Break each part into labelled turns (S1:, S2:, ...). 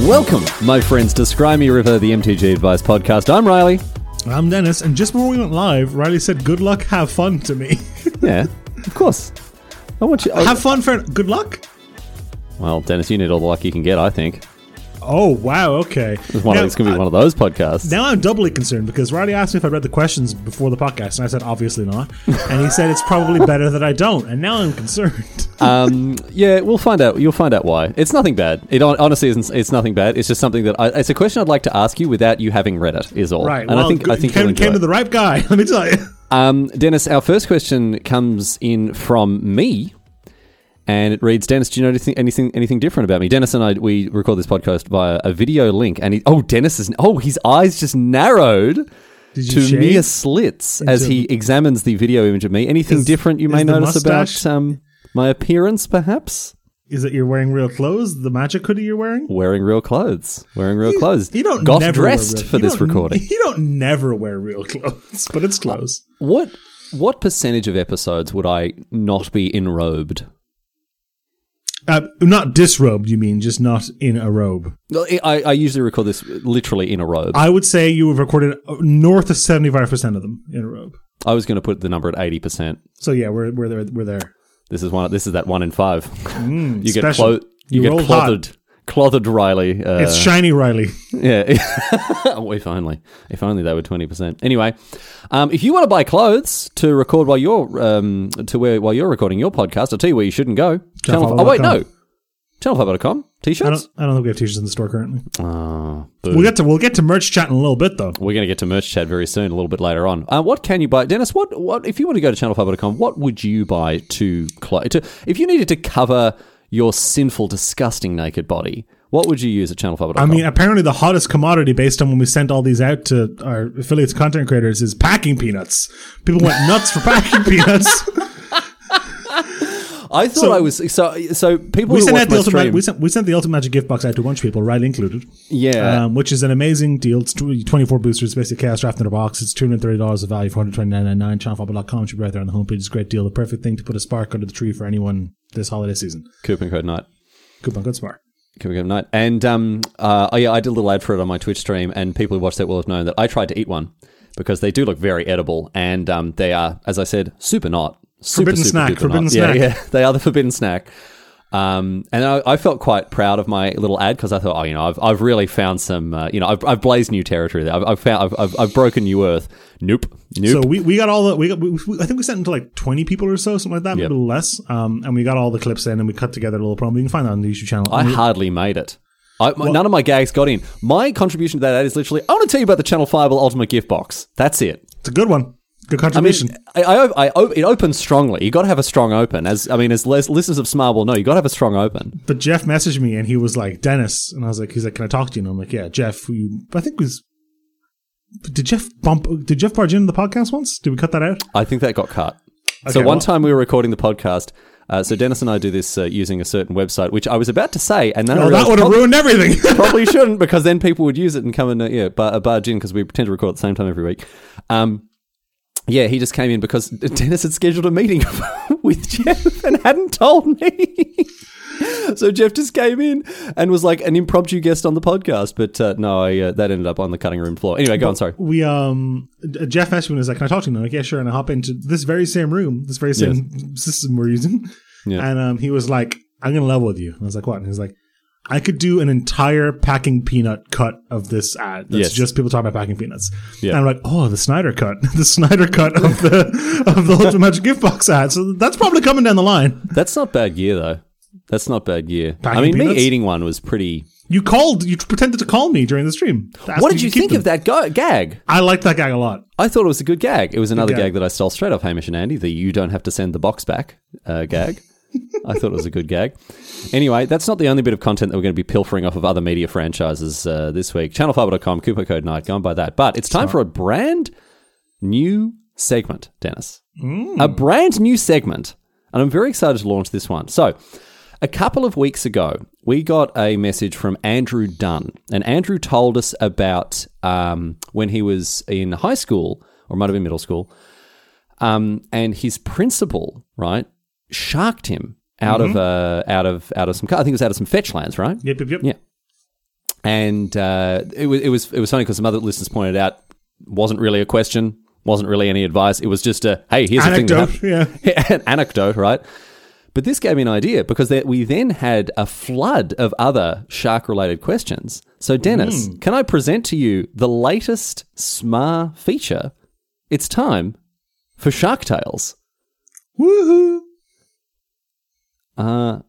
S1: Welcome, my friends, to Scry Me River, the MTG Advice Podcast. I'm Riley.
S2: I'm Dennis, and just before we went live, Riley said, "Good luck, have fun." To me,
S1: Yeah, of course. I want you. I-
S2: have fun for good luck.
S1: well, Dennis, you need all the luck you can get, I think.
S2: Oh wow, okay.
S1: It's, one of-
S2: Now,
S1: it's going to be
S2: uh,
S1: one of those podcasts.
S2: now I'm doubly concerned because Riley asked me if I'd read the questions before the podcast, and I said obviously not. And he said it's probably better that I don't. And now I'm concerned.
S1: um, yeah, we'll find out. You'll find out why. It's nothing bad. It hon- honestly isn't. It's nothing bad. It's just something that I, it's a question I'd like to ask you without you having read it. Is all.
S2: right.
S1: And
S2: well,
S1: I think I
S2: good-
S1: think you'll
S2: came,
S1: enjoy
S2: came
S1: it.
S2: to the right guy. Let me tell you.
S1: Um, Dennis, our first question comes in from me, and it reads: Dennis, do you know anything, anything, anything different about me? Dennis and I, we record this podcast via a video link, and he, oh, Dennis is oh, his eyes just narrowed
S2: Did
S1: to
S2: you shave?
S1: mere slits as he examines the video image of me. Anything
S2: Is-
S1: different you
S2: is
S1: may
S2: the
S1: notice about
S2: mustache-
S1: um, my appearance, perhaps?
S2: Is it you're wearing real clothes? The magic hoodie you're wearing?
S1: Wearing real clothes, wearing real clothes.
S2: You don't
S1: got
S2: never wear
S1: dressed
S2: real-
S1: for
S2: you
S1: this
S2: don't-
S1: recording.
S2: You don't never wear real clothes, but it's clothes.
S1: What what percentage of episodes would I not be enrobed?
S2: Uh, not disrobed, you mean? Just not in a robe.
S1: Well, I- I, I usually record this literally in a robe. I,
S2: I would say you have recorded uh, north of seventy five percent of them in a robe.
S1: was going to put the number at eighty percent.
S2: So yeah, we're we're there. We're there.
S1: This is one. This is that one in five. you get
S2: special.
S1: clo- you
S2: You
S1: get
S2: rolled
S1: clothed, clothed Riley. Uh,
S2: It's shiny, Riley.
S1: yeah. Oh, if only, if only they were twenty percent. Anyway, um, if you want to buy clothes to record while you're um, to wear while you're recording your podcast, I'll tell you where you shouldn't go. Channel. Oh wait, no. Channelfiber.com
S2: I don't.
S1: t-shirts.
S2: I don't think we have t-shirts in the store currently.
S1: Oh,
S2: We'll get to we'll get to merch chat in a little bit though.
S1: We're going to get to merch chat very soon, a little bit later on. Uh, what can you buy, Dennis? What what if you want to go to channelfiber.com? What would you buy to, clo- to if you needed to cover your sinful, disgusting naked body? What would you use at channelfiber.com?
S2: I mean, apparently the hottest commodity based on when we sent all these out to our affiliates, content creators, is packing peanuts. People went nuts for packing peanuts.
S1: I thought I was so so. People
S2: We
S1: who
S2: sent
S1: watch
S2: out the
S1: my
S2: ultimate.
S1: stream,
S2: We sent we sent the ultimate magic gift box out to a bunch of people, Riley included.
S1: yeah,
S2: um, which is an amazing deal. It's tw- 24 boosters, basically chaos draft in a box. It's $230 of value, 429.99. Chonfobble.com should be right there on the homepage. It's a great deal. The perfect thing to put a spark under the tree for anyone this holiday season.
S1: coupon code night.
S2: Coupon code spark.
S1: Coupon code night. And um, uh, oh yeah, I did a little ad for it on my Twitch stream, and people who watch that will have known that I tried to eat one because they do look very edible, and um, they are, as I said, super not. Super,
S2: Forbidden
S1: super
S2: snack,
S1: duper
S2: forbidden
S1: not.
S2: snack.
S1: Yeah, yeah, they are the forbidden snack. Um, and I, I felt quite proud of my little ad because I thought, oh, you know, I've, I've really found some, uh, you know, I've, I've blazed new territory there. I've, I've found, I've, I've, I've broken new earth. Nope, nope.
S2: So we, we got all the, we got, we, we- I think we sent them to like 20 people or so, something like that,
S1: Yep.
S2: maybe a little less. Um, and we got all the clips in and we cut together a little promo. You can find that on the YouTube channel.
S1: I hardly made it. I, my, none of my gags got in. My contribution to that ad is literally, I want to tell you about the Channel Fireball Ultimate Gift Box. That's it.
S2: it's a good one. Good
S1: I mean,
S2: contribution.
S1: I, I, I, op- it opens strongly. You got to have a strong open. As I mean, as les- listeners of Smile will know, you got to have a strong open.
S2: but Jeff messaged me and he was like, Dennis. And I was like, he's like, can I talk to you? And I'm like, yeah, Jeff, you, I think was, did Jeff bump, did Jeff barge into the podcast once? Did we cut that out?
S1: I think that got cut. so
S2: Okay,
S1: one
S2: well-
S1: time we were recording the podcast. Uh, so Dennis and I do this uh, using a certain website, which I was about to say, and then I
S2: Oh, that
S1: realized
S2: would have
S1: prob-
S2: ruined everything.
S1: probably shouldn't because then people would use it and come and uh, yeah, bar- uh, barge in because we pretend to record at the same time every week. Um, yeah, he just came in because Dennis had scheduled a meeting with Jeff and hadn't told me. so Jeff just came in and was like an impromptu guest on the podcast. But uh, no, I, uh, that ended up on the cutting room floor. Anyway, go on. Sorry.
S2: we um D- Jeff Eshman is like, Can I talk to you? And I'm like, Yeah, sure. And I hop into this very same room, this very same system we're using.
S1: Yeah.
S2: And um he was like, I'm gonna level with you. And I was like, What? And he's like, I could do an entire packing peanut cut of this ad. That's
S1: Yes.
S2: just people talking about packing peanuts.
S1: Yeah.
S2: And I'm like, oh, the Snyder cut, the Snyder cut of the of the Ultimate Magic Gift Box ad. So that's probably coming down the line.
S1: That's not bad gear, though. That's not bad gear. I
S2: Packing
S1: mean, me
S2: peanuts?
S1: eating one was pretty.
S2: You called. You pretended to call me during the stream. to ask
S1: What
S2: if
S1: did you
S2: could keep
S1: think
S2: them.
S1: of that go- gag?
S2: I liked that guy a lot.
S1: I thought it was a good gag. It was another
S2: gag.
S1: gag that I stole straight off Hamish and Andy, the you don't have to send the box back uh, gag. I thought it was a good gag. Anyway, that's not the only bit of content that we're going to be pilfering off of other media franchises uh, this week. Channelfiber.com, coupon code night, go and buy that. But it's time for a brand new segment, Dennis. A brand new segment. And I'm very excited to launch this one. So, a couple of weeks ago, we got a message from Andrew Dunn. And Andrew told us about um, when he was in high school, or might have been middle school, um, and his principal, right, sharked him out of uh, out of out of some. I think it was out of some fetch lands, right?
S2: Yep, yep, yep.
S1: Yeah. and uh, it was it was it was funny because some other listeners pointed out wasn't really a question, wasn't really any advice. It was just a hey, here's a
S2: Anecdote,
S1: thing, that hap- an anecdote, right? But this gave me an idea because there, we then had a flood of other shark related questions. So Dennis, can I present to you the latest SMAR feature? It's time for Shark Tales.
S2: Woohoo!
S1: Uh,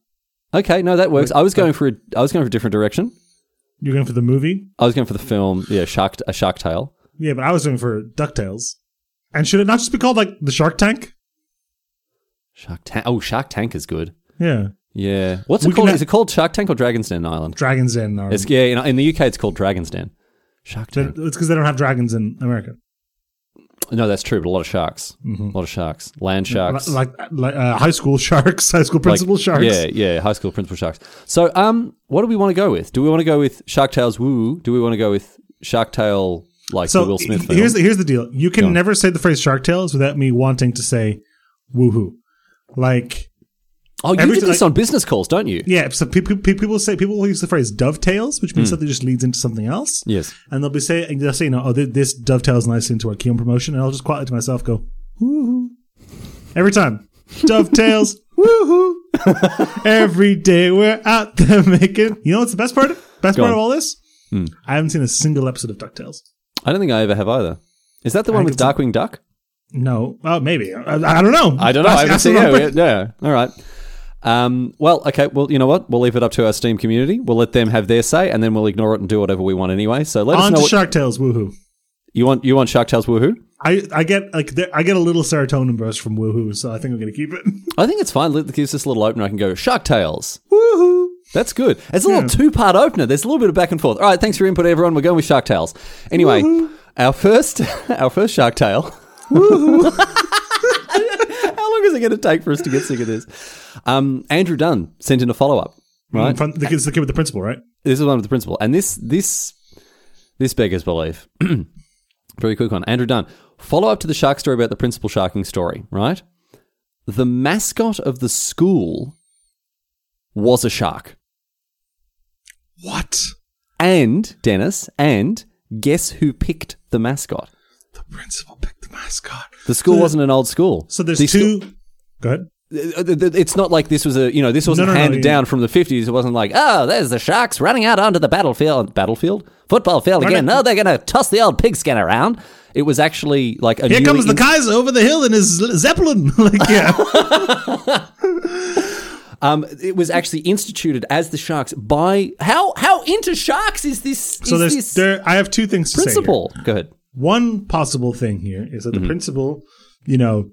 S1: okay, no, that works. I was going for a, I was going for a different direction.
S2: You're going for the movie?
S1: I was going for the film, yeah, Shark a Shark Tale.
S2: Yeah, but I was going for DuckTales. And should it not just be called like the Shark Tank?
S1: Shark Tank. Oh, Shark Tank is good.
S2: Yeah.
S1: Yeah. What's it
S2: We can
S1: called?
S2: ha-
S1: is it called Shark Tank or Dragon's Den Island?
S2: Dragons Den or
S1: It's, yeah, in, in the UK it's called Dragon's Den. Shark Tank.
S2: it's because they don't have dragons in America.
S1: No, that's true, but a lot of sharks.
S2: Mm-hmm.
S1: A lot of sharks. Land sharks.
S2: Like like uh, high school sharks, high school principal
S1: Like-
S2: sharks.
S1: Yeah, yeah, high school principal sharks. So, um, what do we want to go with? Do we want to go with Shark Tales woo? Do we want to go with Shark Tale like
S2: So
S1: the Will Smith film?
S2: here's the, here's the deal. You can never say the phrase Shark Tales without me wanting to say woohoo. Like
S1: oh, you
S2: every-
S1: did this
S2: like-
S1: on business calls, don't you?
S2: yeah, so people people say people will use the phrase dovetails, which means something just leads into something else.
S1: Hmm. Yes.
S2: And they'll be saying they'll say, you know, oh, th- this dovetails nicely into our Keon promotion, and I'll just quietly to myself go woohoo every time. Dovetails, woohoo! Every day we're out there making. You know what's the best part? Best part
S1: on. Hmm.
S2: of all this? I haven't seen a single episode of Ducktales.
S1: I don't think I ever have either. Is that the one with Darkwing Duck?
S2: No. Oh, maybe. I, I don't know.
S1: I don't know. I
S2: Ask-
S1: haven't
S2: ask
S1: seen
S2: the
S1: yeah,
S2: number.
S1: we- yeah. All right. Um, well, okay. Well, you know what? We'll leave it up to our Steam community. We'll let them have their say, and then we'll ignore it and do whatever we want anyway. So let us
S2: On
S1: know
S2: to
S1: what
S2: Shark Tales. Woohoo!
S1: you want. You want Shark Tales Woohoo?
S2: I, I get like there, I get a little serotonin burst from woohoo, so I think I'm gonna keep it.
S1: I think it's fine. Let- It gives us a little opener. I can go Shark Tales.
S2: woohoo!
S1: That's good. It's a little two-part opener. There's a little bit of back and forth. All right. Thanks for your input, everyone. We're going with Shark Tales. Anyway, our first, our first Shark Tale. How long is it going to take for us to get sick of this? Um, Andrew Dunn sent in a follow-up. Right.
S2: From the kid's the kid with the principal, right?
S1: this is one with the principal, and this this this beggars belief. Very quick one, Andrew Dunn. Follow up to the shark story about the principal sharking story, right? The mascot of the school was a shark,
S2: What?
S1: and Dennis, and guess who picked the mascot?
S2: The principal picked the mascot.
S1: The school wasn't an old school.
S2: So there's
S1: The school-
S2: two. go ahead.
S1: Uh, th- th- It's not like this was a you know this wasn't
S2: no, no,
S1: handed
S2: yeah.
S1: down from the fifties. It wasn't like oh there's the sharks running out onto the battlefield battlefield football field again.
S2: Running-
S1: No, they're going to toss the old pigskin around. It was actually like a
S2: Here
S1: newly
S2: comes the
S1: in-
S2: Kaiser over the hill in his l- zeppelin. like yeah,
S1: um it was actually instituted as the sharks by how how into sharks is this
S2: so
S1: is
S2: there's
S1: this
S2: there. I have two things to say. here.
S1: principle? Go ahead.
S2: one possible thing here is that
S1: Mm-hmm.
S2: the principal, you know,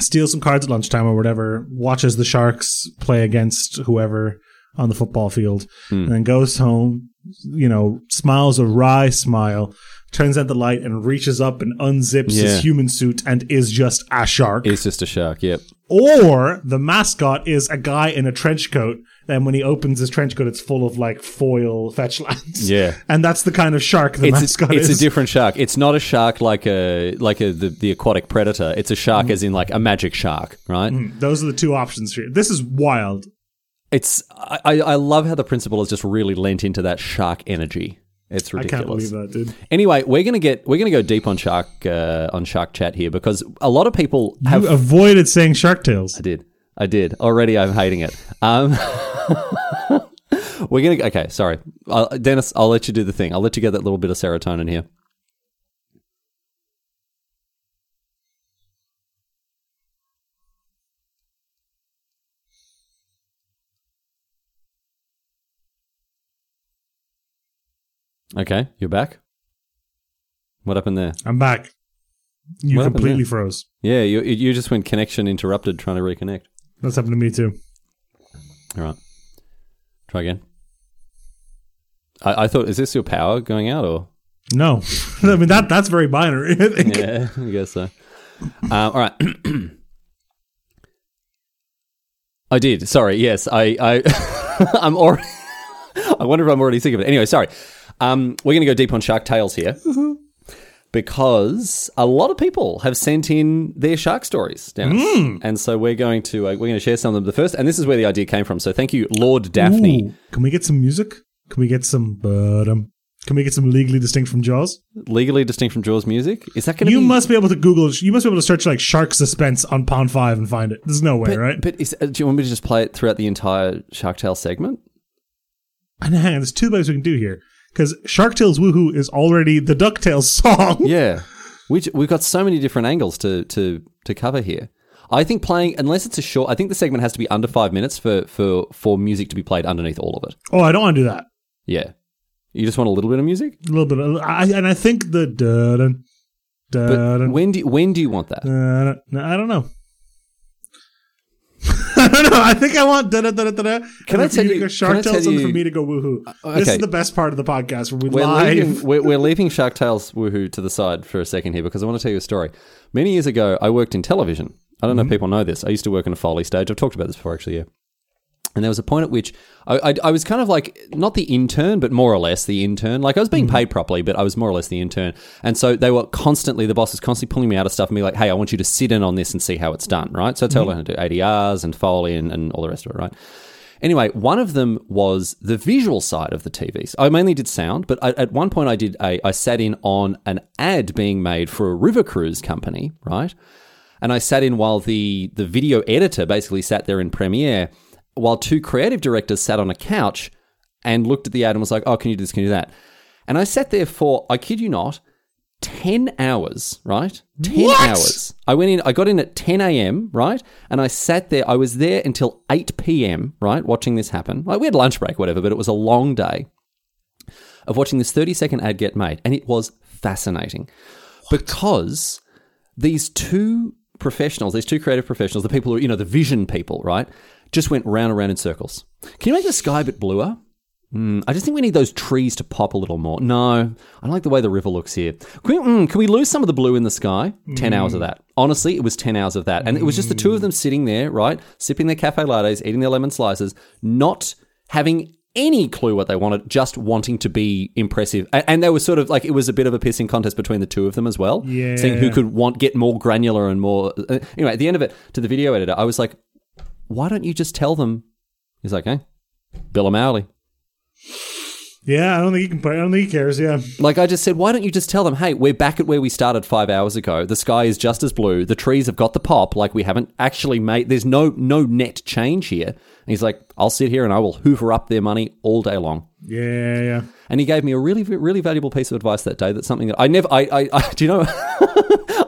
S2: steals some cards at lunchtime or whatever, watches the Sharks play against whoever on the football field,
S1: Mm.
S2: and then goes home, you know, smiles a wry smile, turns out the light, and reaches up and unzips
S1: Yeah.
S2: his human suit and is just a shark.
S1: It's just a shark. Yep.
S2: or the mascot is a guy in a trench coat. And when he opens his trench coat, it's full of like foil fetch lines.
S1: Yeah.
S2: and that's the kind of shark the
S1: It's, a,
S2: mascot
S1: it's
S2: is.
S1: a different shark. It's not a shark like a like a the, the aquatic predator. It's a shark
S2: Mm-hmm.
S1: as in like a magic shark, right?
S2: Those are the two options here. This is wild.
S1: It's I, I I love how the principal has just really lent into that shark energy. It's
S2: I can't believe
S1: ridiculous.
S2: that, dude.
S1: Anyway, we're gonna get we're gonna go deep on shark uh, on shark chat here because a lot of people have
S2: You avoided saying Shark Tales.
S1: I did I did already. I'm hating it. Um, we're gonna okay. Sorry, uh, Dennis. I'll let you do the thing. I'll let you get that little bit of serotonin here. Okay, you're back. What happened there?
S2: I'm back. You
S1: What happened
S2: completely froze.
S1: Yeah, you you just went connection interrupted trying to reconnect.
S2: That's happened to me too.
S1: All right. Try again. I, I thought, is this your power going out or?
S2: No, I mean that. That's very binary. I think.
S1: Yeah, I guess so. Um, all right. I did. Sorry. Yes, I. I I'm already. I wonder if I'm already sick of it. Anyway, sorry. Um, we're going to go deep on Shark Tales here because a lot of people have sent in their shark stories, Dennis, and so we're going to uh, we're going to share some of them. The first, and this is where the idea came from. So thank you, Lord Daphne.
S2: Ooh, can we get some music? Can we get some? But can we get some legally distinct from Jaws?
S1: Legally distinct from Jaws music? Is that going to
S2: You
S1: be?
S2: must be able to Google. You must be able to search like shark suspense on Pond Five and find it. There's no way,
S1: but,
S2: right?
S1: But is, uh, do you want me to just play it throughout the entire Shark Tale segment?
S2: And hang on, there's two ways we can do here because Shark Tales Woohoo is already the Ducktales song.
S1: Yeah, we j- we've got so many different angles to to to cover here. I think playing unless it's a short. I think the segment has to be under five minutes for for for music to be played underneath all of it.
S2: Oh, I don't want to do that.
S1: Yeah, you just want a little bit of music.
S2: A little bit, of, I, and I think the dun
S1: But
S2: dun
S1: when do when do you want that?
S2: dun. No, I don't know. I don't know. I think I want da da da da da.
S1: Can I tell you-
S2: to go
S1: can I
S2: Shark
S1: tell
S2: Tales and for
S1: you- Uh,
S2: me to go woohoo?
S1: okay.
S2: This is the best part of the podcast where we
S1: We're
S2: live.
S1: leaving, we're, we're leaving Shark Tales woohoo to the side for a second here because I want to tell you a story. Many years ago, I worked in television. I don't know if
S2: Mm-hmm.
S1: people know this. I used to work on a Foley stage. I've talked about this before, actually. Yeah. And there was a point at which I, I, I was kind of like not the intern, but more or less the intern. Like I was being paid properly, but I was more or less the intern. And so they were constantly the boss was constantly pulling me out of stuff and be like, "Hey, I want you to sit in on this and see how it's done." Right. So I told them how to do ADRs and Foley and, and all the rest of it. Right. Anyway, one of them was the visual side of the TVs. I mainly did sound, but I, at one point I did a I sat in on an ad being made for a river cruise company. Right and I sat in while the the video editor basically sat there in Premiere, while two creative directors sat on a couch and looked at the ad and was like, "Oh, can you do this? Can you do that?" And I sat there for I kid you not, ten hours. Right, ten
S2: What?
S1: hours. I went in. I got in at ten a.m. Right, and I sat there. I was there until eight p.m. Right, watching this happen. Like we had lunch break, whatever, but it was a long day of watching this 30 second ad get made, and it was fascinating because these two professionals, these two creative professionals, the people who are, you know, the vision people, right, just went round and round in circles. Can you make the sky a bit bluer? Mm, I just think we need those trees to pop a little more. No, I like the way the river looks here. Can we, mm, can we lose some of the blue in the sky? 10 hours of that. Honestly, it was 10 hours of that. And it was just the two of them sitting there, right, sipping their cafe lattes, eating their lemon slices, not having any clue what they wanted, just wanting to be impressive. A- And they were sort of like, it was a bit of a pissing contest between the two of them as well.
S2: Yeah.
S1: Seeing who could want get more granular and more. uh, Anyway, at the end of it, to the video editor, I was like, why don't you just tell them? He's like, hey, Bill O'Malley.
S2: yeah, I don't think he can. play- I don't think he cares. Yeah.
S1: Like I just said, why don't you just tell them, hey, we're back at where we started five hours ago. The sky is just as blue. The trees have got the pop. Like we haven't actually made. There's no no net change here. And he's like, I'll sit here and I will hoover up their money all day long.
S2: Yeah, yeah.
S1: And he gave me a really really valuable piece of advice that day. That's something that I never. I I, I do you know.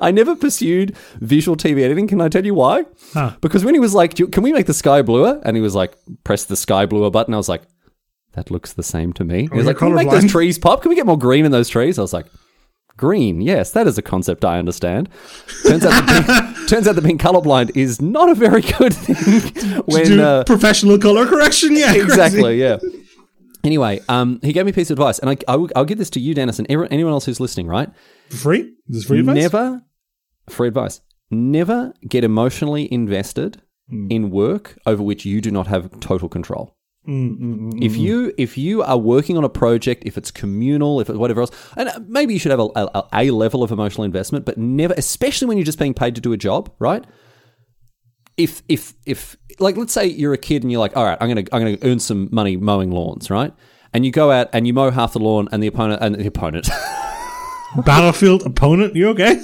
S1: I never pursued visual TV editing. Can I tell you why? Because when he was like, "Do you- "Can we make the sky bluer?" and he was like, "Press the sky bluer button," I was like, "That looks the same to me." He was
S2: you
S1: like, "Can we make
S2: colorblind?"
S1: those trees pop? Can we get more green in those trees?" I was like, "Green, yes, that is a concept I understand." Turns out, that being, turns out that being colorblind is not a very good thing. When
S2: Do
S1: uh,
S2: professional color correction. Yeah, crazy.
S1: exactly. Yeah. Anyway, um, he gave me a piece of advice, and I, I will, I'll give this to you, Dennis, and everyone- anyone else who's listening. Right?
S2: For free? This is free advice?
S1: Never, free advice. Never get emotionally invested
S2: Hmm.
S1: in work over which you do not have total control.
S2: Hmm,
S1: If you if you are working on a project, if it's communal, if it, whatever else, and uh, maybe you should have a, a, a level of emotional investment, but never, especially when you're just being paid to do a job, right? if if if like let's say you're a kid and you're like, all right, I'm gonna I'm gonna earn some money mowing lawns, right? And you go out and you mow half the lawn, and the opponent and the opponent,
S2: Battlefield opponent, you okay?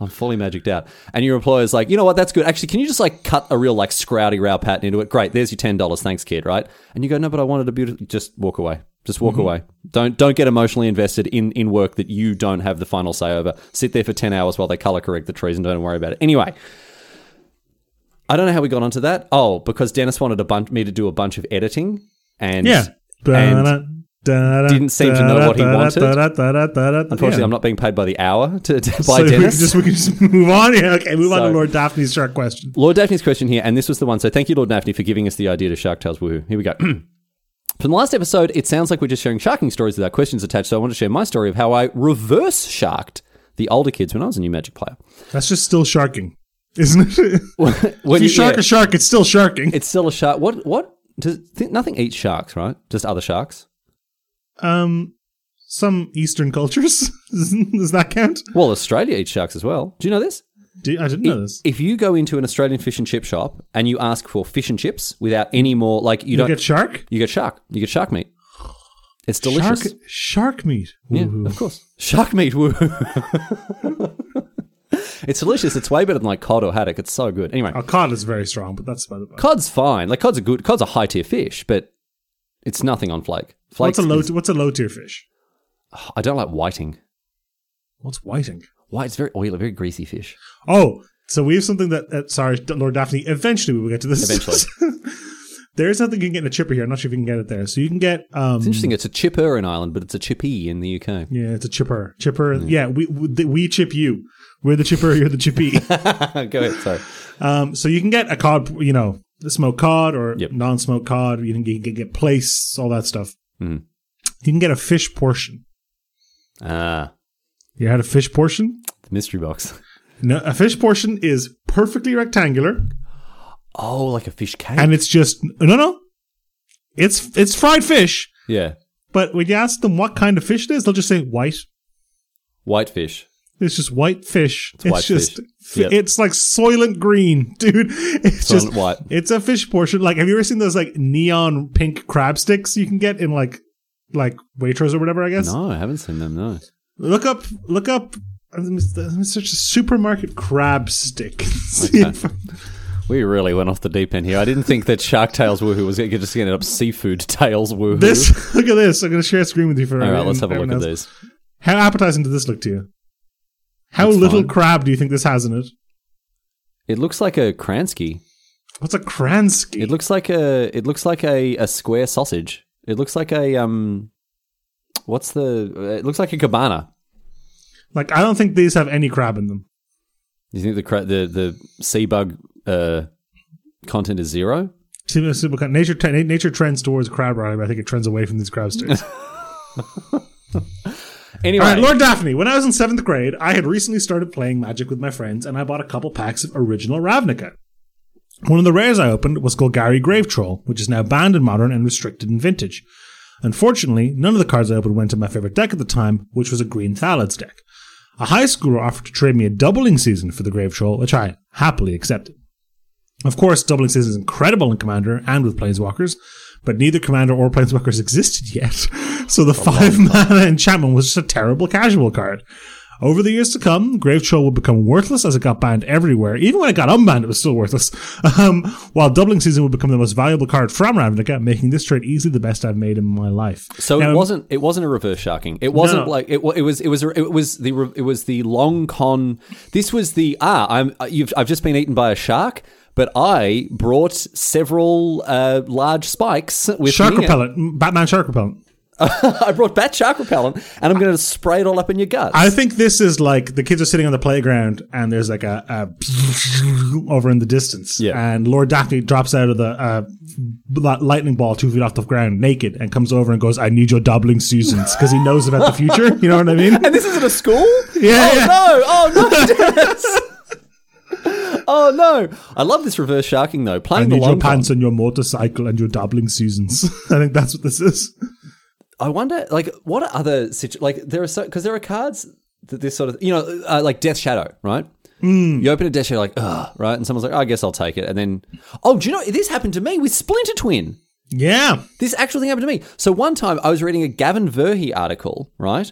S1: I'm fully magicked out. And your employer's like, you know what, that's good. Actually, can you just like cut a real like scrowdy row pattern into it? Great, there's your ten dollars, thanks, kid, right? And you go, no, but I wanted a beautiful. Just walk away. Just
S2: Mm-hmm.
S1: walk away. Don't don't get emotionally invested in in work that you don't have the final say over. Sit there for ten hours while they color correct the trees and don't worry about it. Anyway, I don't know how we got onto that. Oh, because Dennis wanted a bunch me to do a bunch of editing, and
S2: Yeah.
S1: and
S2: Didn't
S1: seem to know what he wanted. unfortunately,
S2: Unfortunately,
S1: I'm not being paid by the hour to, to
S2: so
S1: buy
S2: we can
S1: Dennis.
S2: just we can just move on. Yeah, okay, move on
S1: So-
S2: to Lord Daphne's shark question.
S1: Lord Daphne's question here, and this was the one. So thank you, Lord Daphne, for giving us the idea to Shark Tales. Woohoo! Here we go. From the last episode, it sounds like we're just sharing sharking stories without questions attached. So I want to share my story of how I reverse sharked the older kids when I was a new Magic player.
S2: That's just still sharking, isn't it?
S1: When
S2: if you shark
S1: yeah,
S2: a shark, it's still sharking.
S1: it's still a shark. What? What? Does, th- nothing eats sharks, right? Just other sharks.
S2: um, some Eastern cultures does that count?
S1: Well, Australia eats sharks as well. Do you know this?
S2: Do you- I didn't know this.
S1: If you go into an Australian fish and chip shop and you ask for fish and chips without any more, like you,
S2: You
S1: don't,
S2: get shark.
S1: you get shark, you get shark meat. It's delicious.
S2: Shark, shark meat.
S1: Yeah,
S2: Woohoo.
S1: of course. Shark meat, woo. it's delicious. It's way better than like cod or haddock. It's so good. Anyway,
S2: Our cod is very strong, but that's about it.
S1: cod's fine. Like cod's a good, cod's a high tier fish, but it's nothing on flake. Flakes.
S2: What's a low?
S1: is-
S2: what's a low tier fish?
S1: I don't like whiting.
S2: What's whiting?
S1: White's very oily, very greasy fish.
S2: Oh, so we have something that. Uh, sorry, D- Lord Daphne. Eventually, we will get to this.
S1: Eventually.
S2: there is something you can get in a chipper here. I'm not sure if you can get it there. So you can get. Um,
S1: It's interesting. It's a chipper in Ireland, but it's a chippy in the UK.
S2: yeah, it's a chipper. Chipper. Yeah, we we, the- we chip you. We're the chipper. You're the chippy.
S1: Go ahead. Sorry.
S2: Um, so you can get a cod, you know, the smoked cod or
S1: Yep.
S2: non-smoked cod. You can get, get, get place, all that stuff.
S1: Mhm.
S2: You can get a fish portion.
S1: Ah,
S2: You had a fish portion?
S1: the mystery box.
S2: No, a fish portion is perfectly rectangular,
S1: Oh, like a fish cake.
S2: and it's just no, no. It's it's fried fish,
S1: yeah,
S2: but when you ask them what kind of fish it is, they'll just say white.
S1: white fish.
S2: It's just white fish. It's,
S1: white
S2: just
S1: fish.
S2: fi-
S1: Yep.
S2: it's like soylent green, dude. It's
S1: Soylent
S2: just
S1: white.
S2: It's a fish portion. Like, have you ever seen those like neon pink crab sticks you can get in like like Waitrose or whatever? I guess.
S1: No, I haven't seen them. No.
S2: Look up, look up. uh, Let me let me search a supermarket crab stick. See if-
S1: We really went off the deep end here. I didn't think that Shark Tales Woohoo was going to just end up seafood tails woohoo.
S2: this look at this. I'm going to share a screen with you for
S1: All right, let's have
S2: everyone-
S1: a look at
S2: everyone
S1: these.
S2: else. How appetizing does this look to you? How
S1: It's
S2: little
S1: fine.
S2: crab do you think this has in it?
S1: It looks like a Kransky.
S2: What's a Kransky?
S1: It looks like a. It looks like a, a square sausage. It looks like a um. What's the? uh, It looks like a cabana.
S2: like I don't think these have any crab in them.
S1: You think the cra- the the sea bug uh content is zero?
S2: Super, super con- nature te- nature trends towards crab riding, but I think it trends away from these crab sticks.
S1: Anyway,
S2: All right, Lord Daphne. When I was in seventh grade, I had recently started playing Magic with my friends, and I bought a couple packs of original Ravnica. One of the rares I opened was Golgari Grave Troll, which is now banned in modern and restricted in vintage. Unfortunately, none of the cards I opened went to my favorite deck at the time, which was a Green Thalids deck. A high schooler offered to trade me a doubling season for the Grave Troll, which I happily accepted. Of course, doubling season is incredible in Commander and with Planeswalkers, but neither Commander or Planeswalkers existed yet, so the five mana enchantment was just a terrible casual card. Over the years to come, Grave Troll would become worthless as it got banned everywhere. Even when it got unbanned, it was still worthless. Um, while Doubling Season would become the most valuable card from Ravnica, making this trade easily the best I've made in my life.
S1: So
S2: Now,
S1: it wasn't it wasn't a reverse sharking. It wasn't
S2: no.
S1: like it, wa- it was it was it was the re- it was the long con. This was the ah I'm you've I've just been eaten by a shark, but I brought several uh, large spikes with
S2: Shark
S1: me.
S2: Repellent, Mm, Batman Shark Repellent.
S1: I brought bat shark repellent, and I'm going to spray it all up in your guts.
S2: I think this is like the kids are sitting on the playground and there's like a, a over in the distance.
S1: Yeah.
S2: And Lord Daphne drops out of the uh, li- lightning ball two feet off the ground naked and comes over and goes, I need your doubling seasons because he knows about the future. You know what I mean?
S1: and this isn't a school.
S2: Yeah,
S1: Oh
S2: yeah.
S1: no! Oh no! Dennis! oh no! I love this reverse sharking though.
S2: I
S1: Playing the
S2: need your
S1: long con.
S2: pants and your motorcycle and your doubling seasons. I think that's what this is.
S1: I wonder, like, what are other situ- like there are so because there are cards that this sort of you know uh, like Death Shadow, right?
S2: Hmm.
S1: Mm. You open a Death Shadow, like, ugh, right, and someone's like, I guess I'll take it, and then, oh, do you know this happened to me with Splinter Twin?
S2: Yeah.
S1: This actual thing happened to me. So one time I was reading a Gavin Verhey article, right?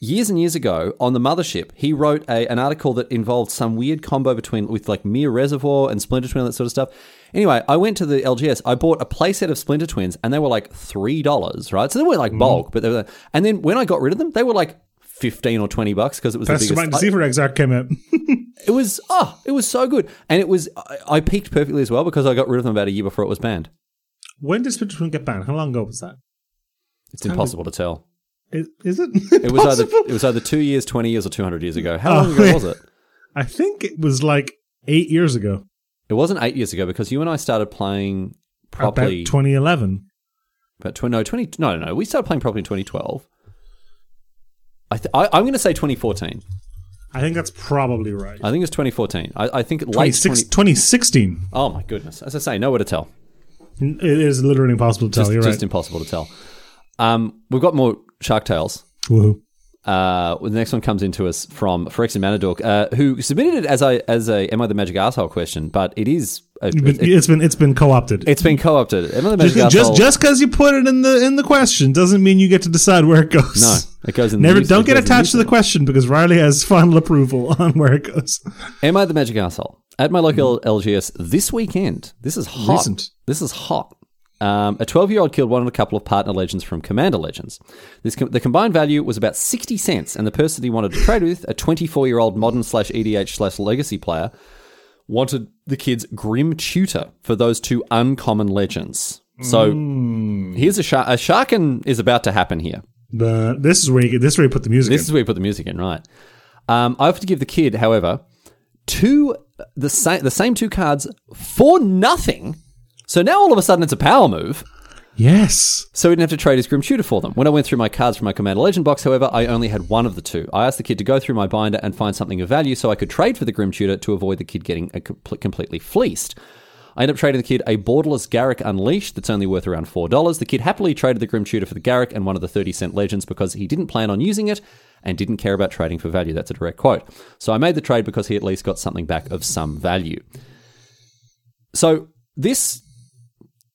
S1: Years and years ago on the mothership, he wrote a, an article that involved some weird combo between with like Mere Reservoir and Splinter Twin and that sort of stuff. Anyway, I went to the LGS. I bought a playset of Splinter Twins, and they were like three dollars, right? So they were like bulk, but they were. And then when I got rid of them, they were like fifteen or twenty bucks because it was
S2: That's
S1: the
S2: the Mind
S1: biggest. I-
S2: Deceiver Exarch came out.
S1: it was oh, it was so good, and it was I, I peaked perfectly as well because I got rid of them about a year before it was banned.
S2: when did Splinter Twin get banned? How long ago was that?
S1: It's impossible to tell.
S2: Is, is it?
S1: It was either
S2: possible?
S1: it was either two years, twenty years, or two hundred years ago. How
S2: Oh,
S1: long ago
S2: yeah.
S1: was it?
S2: I think it was like eight years ago.
S1: It wasn't eight years ago because you and I started playing properly.
S2: About 2011.
S1: About tw- no, twenty. No, no, no. We started playing properly in twenty twelve. I th- I, I'm going to say 2014.
S2: I think that's probably right.
S1: I think it's 2014. I, I think late
S2: 26
S1: 20,
S2: 2016.
S1: Oh my goodness! As I say, nowhere to tell.
S2: It is literally impossible to tell.
S1: It's
S2: Oh, You're
S1: just
S2: right.
S1: impossible to tell. Um, we've got more shark tales.
S2: Woohoo.
S1: Uh, the next one comes into us from Phyrexian Manadork, uh, who submitted it as a as a "Am I the Magic Asshole?" question, but it is a,
S2: But
S1: it,
S2: it's been it's been co-opted.
S1: has been co-opted. Am I the Magic
S2: just
S1: Asshole?
S2: just just because you put it in the in the question doesn't mean you get to decide where it goes.
S1: no, it goes in.
S2: Never
S1: the news-
S2: don't
S1: it
S2: get
S1: goes in
S2: attached to
S1: news-
S2: the question because Riley has final approval on where it goes.
S1: Am I the Magic Asshole? At my local LGS this weekend. This is hot.
S2: Mm. Recent.
S1: This is hot. Um, a 12 year old killed one of a couple of partner legends from Commander Legends. This com- the combined value was about 60 cents, and the person he wanted to trade with, a 24 year old modern slash EDH slash legacy player, wanted the kid's Grim Tutor for those two uncommon legends. So
S2: Mm.
S1: here's a shark. A sharkin is about to happen here.
S2: But this is where you get this is where you put the music.
S1: This is where you put the music in, right? Um, I have to give the kid, however, two the same the same two cards for nothing. So now all of a sudden it's a power move.
S2: in. Yes.
S1: So we didn't have to trade his Grim Tutor for them. When I went through my cards from my Commander Legend box, however, I only had one of the two. I asked the kid to go through my binder and find something of value so I could trade for the Grim Tutor to avoid the kid getting a compl- completely fleeced. I ended up trading the kid a borderless Garrick Unleashed that's only worth around $4. The kid happily traded the Grim Tutor for the Garrick and one of the 30 cent legends because he didn't plan on using it and didn't care about trading for value. That's a direct quote. So I made the trade because he at least got something back of some value. So this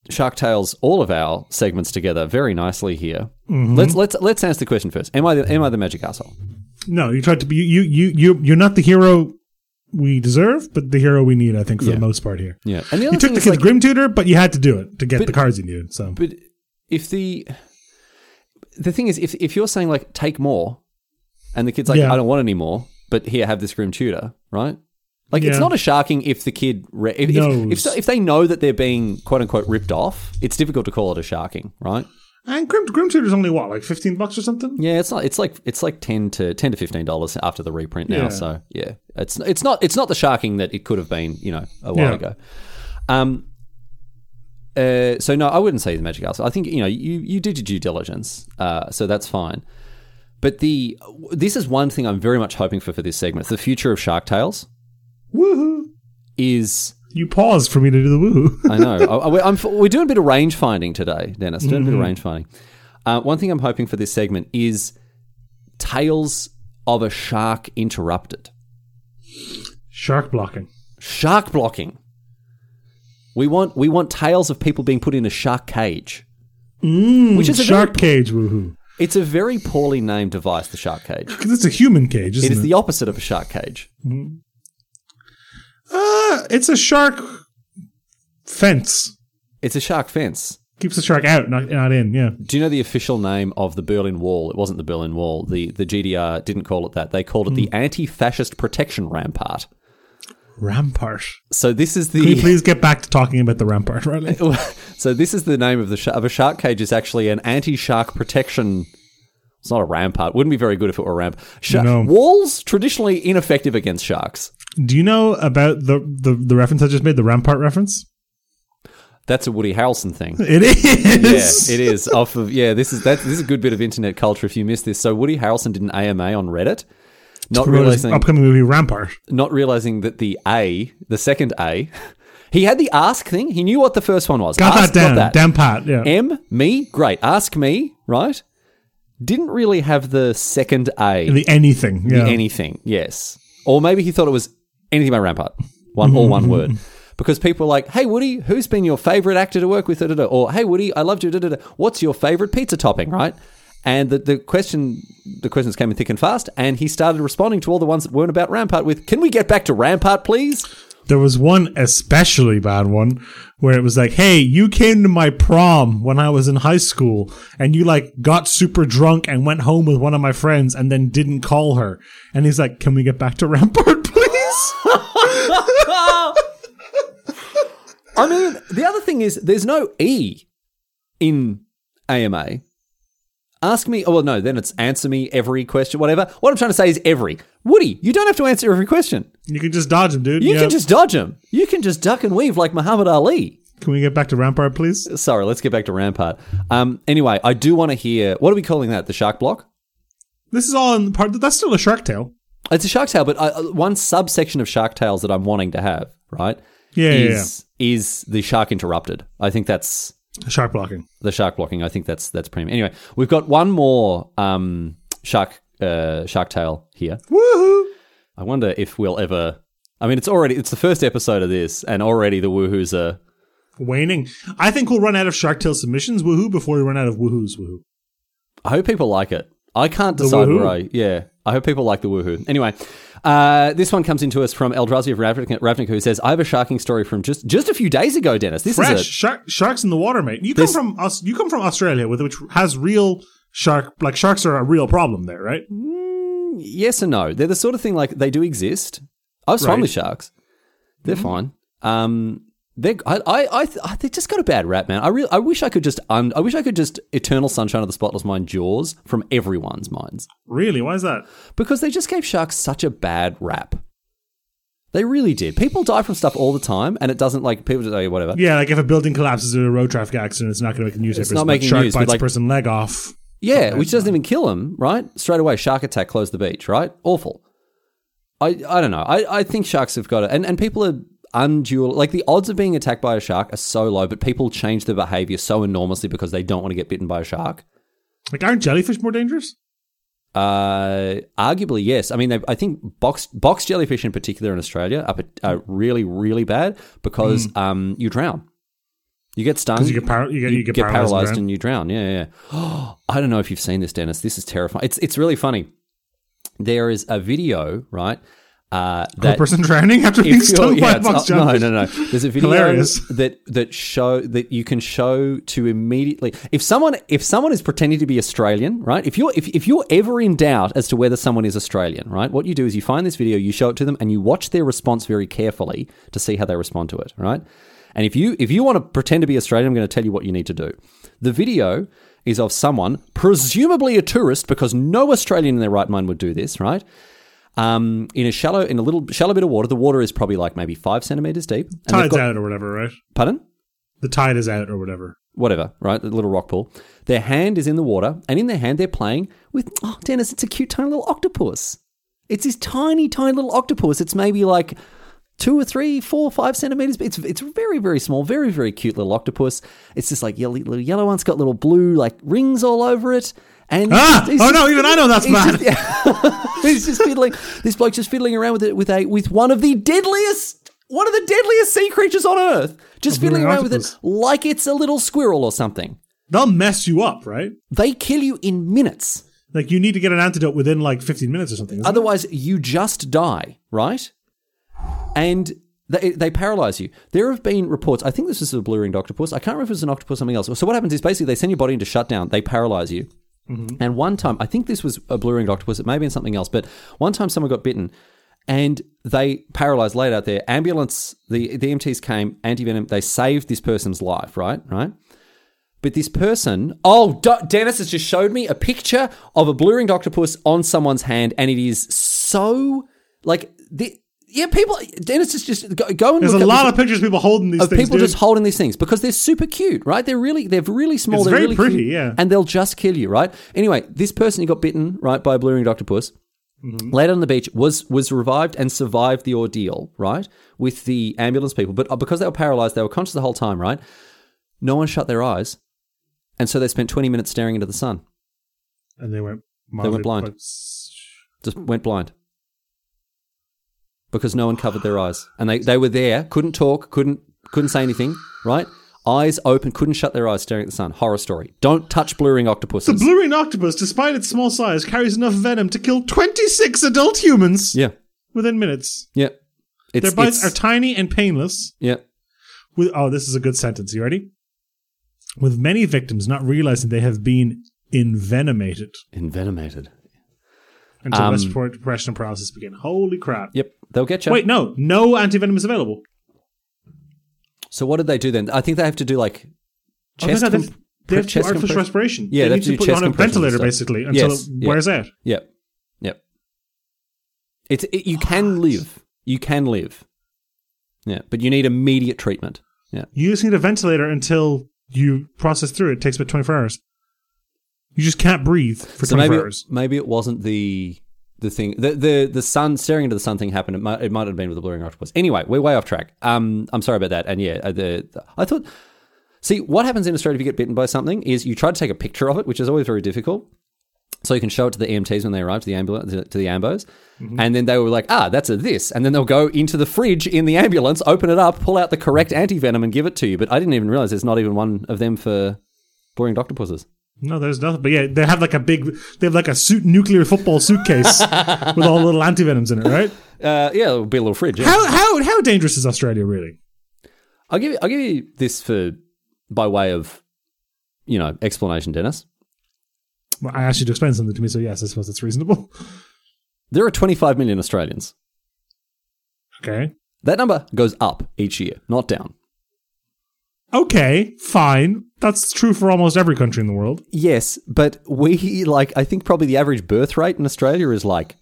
S1: Shark Tales all of our segments together very nicely here.
S2: Mm-hmm.
S1: Let's let's let's answer the question first. Am I the, am I the magic asshole?
S2: No, you tried to be you you you you're not the hero we deserve, but the hero we need, I think, for the most part here.
S1: Yeah. And the other
S2: You took
S1: thing
S2: the
S1: is
S2: kid's
S1: like,
S2: Grim Tutor, but you had to do it to get the cards you needed. So
S1: but if the the thing is, if if you're saying like take more, and the kid's like
S2: Yeah.
S1: I don't want any more, but here have this grim tutor, right? Like it's
S2: Yeah.
S1: not a sharking if the kid re- if, if, if,
S2: Knows.
S1: so- if they know that they're being quote unquote ripped off, it's difficult to call it a sharking, right?
S2: and Grim Grim Tutor's only what, like fifteen bucks or something?
S1: Yeah, it's not. It's like it's like ten to ten to fifteen dollars after the reprint now.
S2: Yeah.
S1: So yeah, it's it's not it's not the sharking that it could have been. You know, a while
S2: Yeah.
S1: ago. Um. Uh, so no, I wouldn't say the magic asshole. I think you know you you did your due diligence, uh, so that's fine. But the this is one thing I'm very much hoping for for this segment. The future of Shark Tales
S2: Woohoo.
S1: is
S2: You paused for me to do the woohoo.
S1: I know. I, I- I'm, we're doing a bit of range finding today, Dennis. Doing a bit of range finding. Uh, one thing I'm hoping for this segment is tales of a shark interrupted,
S2: Shark blocking.
S1: shark blocking. We want we want tales of people being put in a shark cage, which is a
S2: Shark
S1: Very,
S2: cage woohoo.
S1: it's a very poorly named device. The shark cage.
S2: Because it's a human cage, isn't
S1: It
S2: it?
S1: is the opposite of a shark cage.
S2: uh, it's a shark fence.
S1: It's a shark fence.
S2: Keeps the shark out, not, not in, yeah.
S1: Do you know the official name of the Berlin Wall? It wasn't the Berlin Wall. The the GDR didn't call it that. They called it the Anti-Fascist Protection Rampart.
S2: Rampart.
S1: So this is
S2: Can you
S1: the
S2: please get back to talking about the rampart, Riley?
S1: so this is the name of the sh- of a shark cage is actually an anti-shark protection. It's not a rampart. Wouldn't be very good if it were a ramp. Sha-
S2: No.
S1: Walls traditionally ineffective against sharks.
S2: Do you know about the, the, the reference I just made, the rampart reference?
S1: That's a Woody Harrelson thing.
S2: It
S1: Yeah,
S2: is.
S1: it is off of yeah. This is that. This is a good bit of internet culture. If you missed this, so Woody Harrelson did an AMA on Reddit, not
S2: Wrote his
S1: realizing
S2: upcoming movie Rampart.
S1: not realizing that the A, the second A, he had the ask thing. He knew what the first one was.
S2: Got
S1: ask,
S2: that
S1: got
S2: down.
S1: that.
S2: Damn pat. Yeah.
S1: M, me, great. Ask me, right? Didn't really have the second A,
S2: the anything. Yeah.
S1: anything, yes. Or maybe he thought it was anything by Rampart, one or one word. Because people are like, hey, Woody, who's been your favorite actor to work with? Da-da-da. Or, hey, Woody, I loved you. Da-da-da. What's your favorite pizza topping, right? And the, the question, the questions came in thick and fast, and he started responding to all the ones that weren't about Rampart with, can we get back to Rampart, please?
S2: There was one especially bad one where it was like, "Hey, you came to my prom when I was in high school, and you like got super drunk and went home with one of my friends, and then didn't call her." And he's like, "Can we get back to Rampart, please?"
S1: I mean, the other thing is there's no E in AMA. Ask me, oh, well, no, then it's answer me every question, whatever. What I'm trying to say is every. Woody, you don't have to answer every question.
S2: you can just dodge him, dude.
S1: You
S2: Yeah.
S1: can just dodge them. You can just duck and weave like Muhammad Ali.
S2: Can we get back to Rampart, please?
S1: Sorry, let's get back to Rampart. Um, anyway, I do want to hear what are we calling that? The shark block?
S2: This is all in the part that's still a Shark Tale.
S1: It's a shark tale, but I, one subsection of shark tales that I'm wanting to have, right?
S2: Yeah, yeah,
S1: is, is the shark interrupted. I think that's
S2: Shark blocking.
S1: the shark blocking. I think that's that's premium. Anyway, we've got one more um, shark uh, Shark Tale here.
S2: Woohoo!
S1: I wonder if we'll ever. I mean, it's already it's the first episode of this, and already the woohoo's are.
S2: Waning. I think we'll run out of Shark Tale submissions, woohoo, before we run out of woohoo's woohoo.
S1: I hope people like it. I can't decide
S2: woohoo?
S1: where I. Yeah, I hope people like the woohoo. Anyway, uh, this one comes into us from Eldrazi of Ravnica, Ravnica, who says, "I have a sharking story from just just a few days ago, Dennis. This
S2: Fresh
S1: is a,
S2: shark, sharks in the water, mate. You
S1: This-
S2: come from us. You come from Australia, with which has real shark. Like sharks are a real problem there, right?
S1: yes and no. They're the sort of thing like they do exist. I was fine
S2: Right.
S1: with sharks. They're fine. Um, they I I I, th- I they just got a bad rap, man. I really I wish I could just un- I wish I could just Eternal Sunshine of the Spotless Mind jaws from everyone's minds
S2: Really? Why is that?
S1: because they just gave sharks such a bad rap. They really did. People die from stuff all the time, and it doesn't like people just oh, yeah, whatever.
S2: Yeah, like if a building collapses in a road traffic accident, it's not going to make the newspapers.
S1: not
S2: but
S1: making
S2: shark
S1: news, but
S2: bites
S1: like-
S2: person leg off.
S1: Yeah, which doesn't even kill him, right? Straight away, shark attack, close the beach, right? Awful. I, I don't know. I, I think sharks have got it. And, and people are undue. Like, the odds of being attacked by a shark are so low, but people change their behavior so enormously because they don't want to get bitten by a shark.
S2: Like, aren't jellyfish more dangerous?
S1: Uh, arguably, yes. I mean, they, I think box, box jellyfish in particular in Australia are, pat- are really, really bad because um, you drown. You get stung.
S2: Mm. You get par- you get, you get, paralyzed,
S1: paralyzed
S2: and
S1: and you drown. Yeah, yeah. yeah. I don't know if you've seen this, Dennis. This is terrifying. It's it's really funny. There is a video, right? Uh,
S2: drown.
S1: that
S2: a person drowning after being
S1: if you're-
S2: stung by
S1: yeah,
S2: a
S1: it's-
S2: box
S1: oh, no,
S2: jellyfish.
S1: no, no. There's a video
S2: Hilarious.
S1: that that show that you can show to immediately if someone if someone is pretending to be Australian, right? If you're if, if you're ever in doubt as to whether someone is Australian, right? What you do is you find this video, you show it to them, and you watch their response very carefully to see how they respond to it, right? And if you if you want to pretend to be Australian, I'm going to tell you what you need to do. The video is of someone, presumably a tourist, because no Australian in their right mind would do this, right? um, in a shallow in a little shallow bit of water. The water is probably like maybe five centimeters deep. And they've
S2: Tide's
S1: got-
S2: out or whatever, right?
S1: Pardon?
S2: The tide is out or whatever.
S1: Whatever, right? The little rock pool. Their hand is in the water, and in their hand they're playing with. Oh, Dennis, it's a cute tiny little octopus. It's this tiny, tiny little octopus. It's maybe like two or three, four, five centimeters. It's it's very, very small, very, very cute little octopus. It's just like yellow, little yellow one's got little blue like rings all over it. And it's
S2: Ah!
S1: just- it's
S2: oh
S1: just-
S2: no! Even I know that's
S1: He's
S2: bad.
S1: just, he's just fiddling. This bloke's just fiddling around with it with a with one of the deadliest, one of the deadliest sea creatures on Earth. Just fiddling around with it
S2: octopus.
S1: like it's a little squirrel or something.
S2: They'll mess you up, right?
S1: They kill you in minutes.
S2: Like you need to get an antidote within like 15 minutes or something. isn't
S1: Otherwise, you just die, right? And they, they paralyze you. There have been reports, I think this is a blue ringed octopus. I can't remember if it's an octopus or something else. So, what happens is basically they send your body into shutdown, they paralyze you. Mm-hmm. And one time, I think this was a blue ringed octopus, it may have been something else, but one time someone got bitten and they paralyzed laid out there. Ambulance, the, the EMTs came, anti venom, they saved this person's life, right? Right? But this person, oh, Do- Dennis has just showed me a picture of a blue ringed octopus on someone's hand, and it is so like the yeah people. Dennis is just go, go and
S2: There's a
S1: look at
S2: lot
S1: this-
S2: of pictures of people holding these
S1: of
S2: things.
S1: people
S2: dude.
S1: just holding these things because they're super cute, right? They're really they're really small.
S2: It's
S1: they're
S2: very
S1: really
S2: pretty,
S1: cute,
S2: yeah.
S1: And they'll just kill you, right? Anyway, this person who got bitten right by a blue ringed octopus.
S2: Mm-hmm.
S1: Later on the beach was was revived and survived the ordeal, right? With the ambulance people, but uh, because they were paralyzed, they were conscious the whole time, right? No one shut their eyes, and so they spent twenty minutes staring into the sun.
S2: and they went. mildly-
S1: blind. Just went blind because no one covered their eyes, and they they were there, couldn't talk, couldn't couldn't say anything, right? Eyes open, couldn't shut their eyes, staring at the sun. Horror story. Don't touch blue ring
S2: The
S1: octopuses.
S2: blue ring octopus, despite its small size, carries enough venom to kill 26 adult humans
S1: yeah,
S2: within minutes.
S1: yeah. It's,
S2: Their bites are
S1: it's-
S2: tiny and painless.
S1: yeah.
S2: With oh, this is a good sentence. You ready? With many victims not realizing they have been envenomated
S1: Envenomated.
S2: until
S1: Um,
S2: respiratory depression and paralysis begin. Holy crap!
S1: Yep, they'll get you.
S2: Wait, no, no antivenom is available.
S1: So what did they do then? I think they have to do like
S2: Oh my
S1: chest.
S2: God,
S1: comp-
S2: they have, they have to do
S1: chest
S2: artificial
S1: compress-
S2: respiration.
S1: Yeah,
S2: they
S1: they have
S2: need to,
S1: to do
S2: put you
S1: chest
S2: on a
S1: compression and
S2: ventilator
S1: stuff.
S2: basically until
S1: Yes,
S2: it
S1: yeah.
S2: wears out.
S1: Yep. Yep. It's it, you can live. You can live. Yeah, but you need immediate treatment. Yeah.
S2: You just need a ventilator until you process through it. It takes about 24 hours. You just can't breathe for
S1: So
S2: 24
S1: maybe it,
S2: hours.
S1: maybe it wasn't the the thing the, the the sun staring into the sun thing happened. It might it might have been with the blurring octopus. Anyway, we're way off track. Um, I'm sorry about that. And yeah, uh, the, the- I thought. See what happens in Australia if you get bitten by something is you try to take a picture of it, which is always very difficult. So you can show it to the EMTs when they arrive to the ambulance to the ambos, and then they were like, "Ah, that's a this," and then they'll go into the fridge in the ambulance, open it up, pull out the correct anti venom, and give it to you. But I didn't even realize there's not even one of them for boring doctor puzzles.
S2: No, there's nothing. But yeah, they have like a big, they have like a suit nuclear football suitcase with all the little anti venoms in it, right?
S1: Uh, yeah, it'll be a little fridge. yeah.
S2: How how how dangerous is Australia really?
S1: I'll give you, I'll give you this for by way of you know explanation, Dennis.
S2: Well, I asked you to explain something to me, so yes, I suppose it's reasonable.
S1: There are 25 million Australians.
S2: Okay,
S1: That number goes up each year, not down.
S2: okay, fine. That's true for almost every country in the world.
S1: Yes, but we like I think probably the average birth rate in Australia is like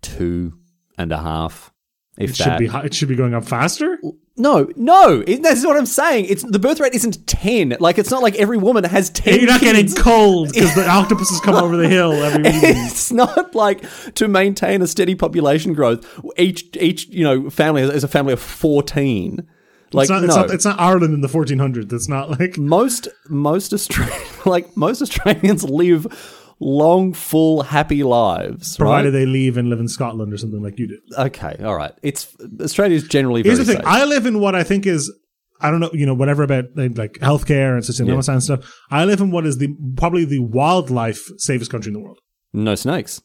S1: two and a half. If
S2: It
S1: that.
S2: should be hi- it should be going up faster.
S1: No, no, it, that's what I'm saying. It's the birth rate isn't ten. Like it's not like every woman has ten.
S2: You're not getting
S1: kids.
S2: cold because the octopuses come over the hill every week.
S1: It's not like to maintain a steady population growth. Each each you know family is a family of fourteen. Like
S2: It's not,
S1: no,
S2: it's, not, it's not Ireland in the 1400s. It's not like
S1: most most Australian like most Australians live long, full, happy lives.
S2: provided
S1: right?
S2: they leave and live in Scotland or something like you did.
S1: okay, all right. It's Australia's generally very
S2: Here's the thing:
S1: safe.
S2: I live in what I think is I don't know, you know, whatever about like like healthcare and sustainable
S1: Yeah.
S2: science stuff. I live in what is the probably the wildlife safest country in the world.
S1: no snakes.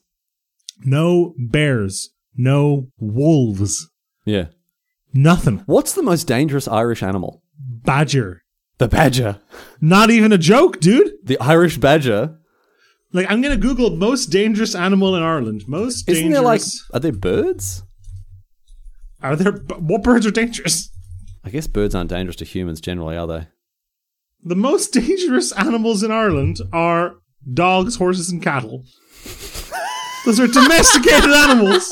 S2: No bears, no wolves,
S1: Yeah.
S2: nothing.
S1: What's the most dangerous Irish animal?
S2: Badger.
S1: The badger.
S2: Not even a joke, dude.
S1: The Irish badger
S2: Like I'm gonna Google most dangerous animal in Ireland. Most dangerous.
S1: Isn't there like are there birds?
S2: are there what birds are dangerous?
S1: I guess birds aren't dangerous to humans generally, are they?
S2: The most dangerous animals in Ireland are dogs, horses, and cattle. Those are domesticated animals.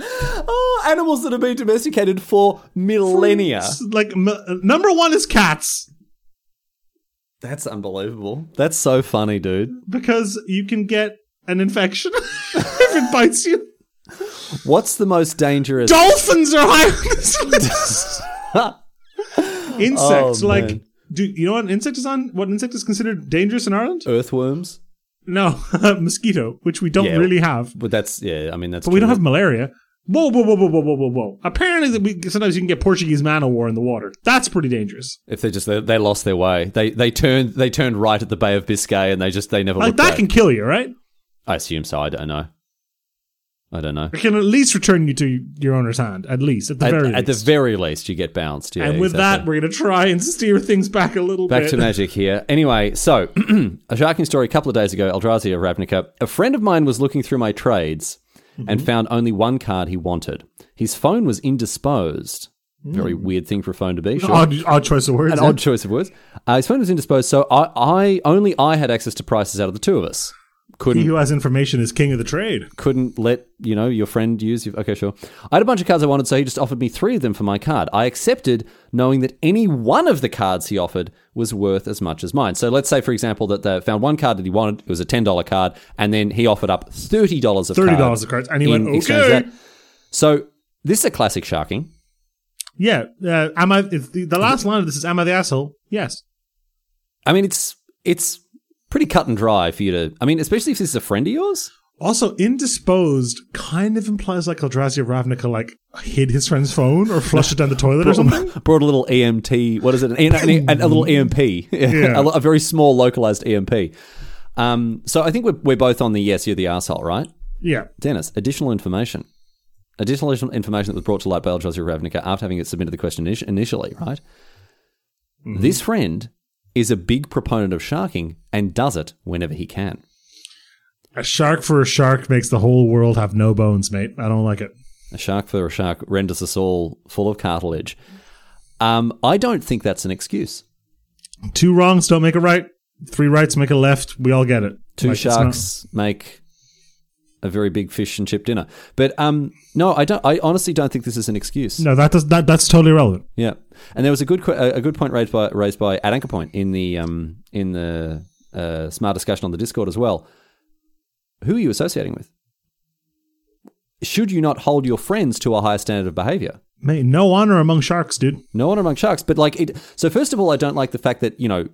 S1: Oh, animals that have been domesticated for millennia.
S2: S- Like m- uh, number one is cats
S1: That's unbelievable. That's so funny, dude.
S2: because you can get an infection if it bites you.
S1: What's the most dangerous?
S2: Dolphins are high on this list. Insects,
S1: Oh, man.
S2: like, do you know what an insect is on? What insect is considered dangerous in Ireland?
S1: Uh, Earthworms.
S2: No, mosquito, which we don't
S1: Yeah.
S2: really have.
S1: But that's yeah. I mean, that's.
S2: But we don't have malaria. Whoa, whoa, whoa, whoa, whoa, whoa, whoa, whoa. Apparently, that we, sometimes you can get Portuguese man o' war in the water. That's pretty dangerous.
S1: If they just they, they lost their way, they they turned they turned right at the Bay of Biscay and they just they never
S2: Like,
S1: looked
S2: that
S1: back.
S2: can kill you, right?
S1: I assume so. I don't know. I don't know.
S2: It can at least return you to your owner's hand, at least, at the
S1: At,
S2: very
S1: at the
S2: least.
S1: very least, you get bounced. Yeah,
S2: and with
S1: exactly.
S2: that, we're going to try and steer things back a little
S1: Back
S2: bit.
S1: to magic here. Anyway, so a shocking story a couple of days ago, Eldrazi of Ravnica. A friend of mine was looking through my trades and found only one card he wanted. His phone was indisposed. Very weird thing for a phone to be. Sure.
S2: odd, odd choice of words.
S1: An odd choice of words. Uh, his phone was indisposed, so I, I only I had access to prices out of the two of us.
S2: He
S1: Couldn't
S2: who has information is king of the trade.
S1: couldn't let you know your friend use your okay sure i had a bunch of cards i wanted so he just offered me three of them for my card i accepted knowing that any one of the cards he offered was worth as much as mine so let's say for example that they found one card that he wanted it was a $10 card and then he offered up $30 of
S2: Thirty
S1: card
S2: dollars a card, and he
S1: in
S2: went
S1: exchange for
S2: okay.
S1: that. so this is a classic sharking
S2: Yeah, uh, am I? It's the, the last line of this is, "Am I the asshole?" Yes.
S1: i mean it's it's pretty cut and dry for you to i mean especially if this is a friend of yours
S2: Also, indisposed kind of implies like Eldrazi of Ravnica like hid his friend's phone or flushed it down the toilet or something.
S1: brought a little EMT. What is it? An, an, an- a little EMP. a, lo- a very small localized EMP. Um, so I think we're, we're both on the yes, you're the asshole, right?
S2: Yeah.
S1: Dennis, additional information. Additional information that was brought to light by Eldrazi Ravnica after having it submitted the question init- initially, right? This friend is a big proponent of sharking and does it whenever he can.
S2: A shark for a shark makes the whole world have no bones, mate. I don't like it.
S1: A shark for a shark renders us all full of cartilage. Um, I don't think that's an excuse.
S2: Two wrongs don't make a right. Three rights make a left. We all get it.
S1: two
S2: Like, it's not-
S1: sharks make a very big fish and chip dinner. But um, no, I don't. I honestly don't think this is an excuse.
S2: no, that does that. That's totally relevant.
S1: Yeah, and there was a good que- a a good point raised by raised by at anchor point in the um in the uh, smart discussion on the Discord as well. Who are you associating with? Should you not hold your friends to a higher standard of behavior?
S2: Mate, no honor among sharks, dude.
S1: No one among sharks, but like it. So first of all, I don't like the fact that you know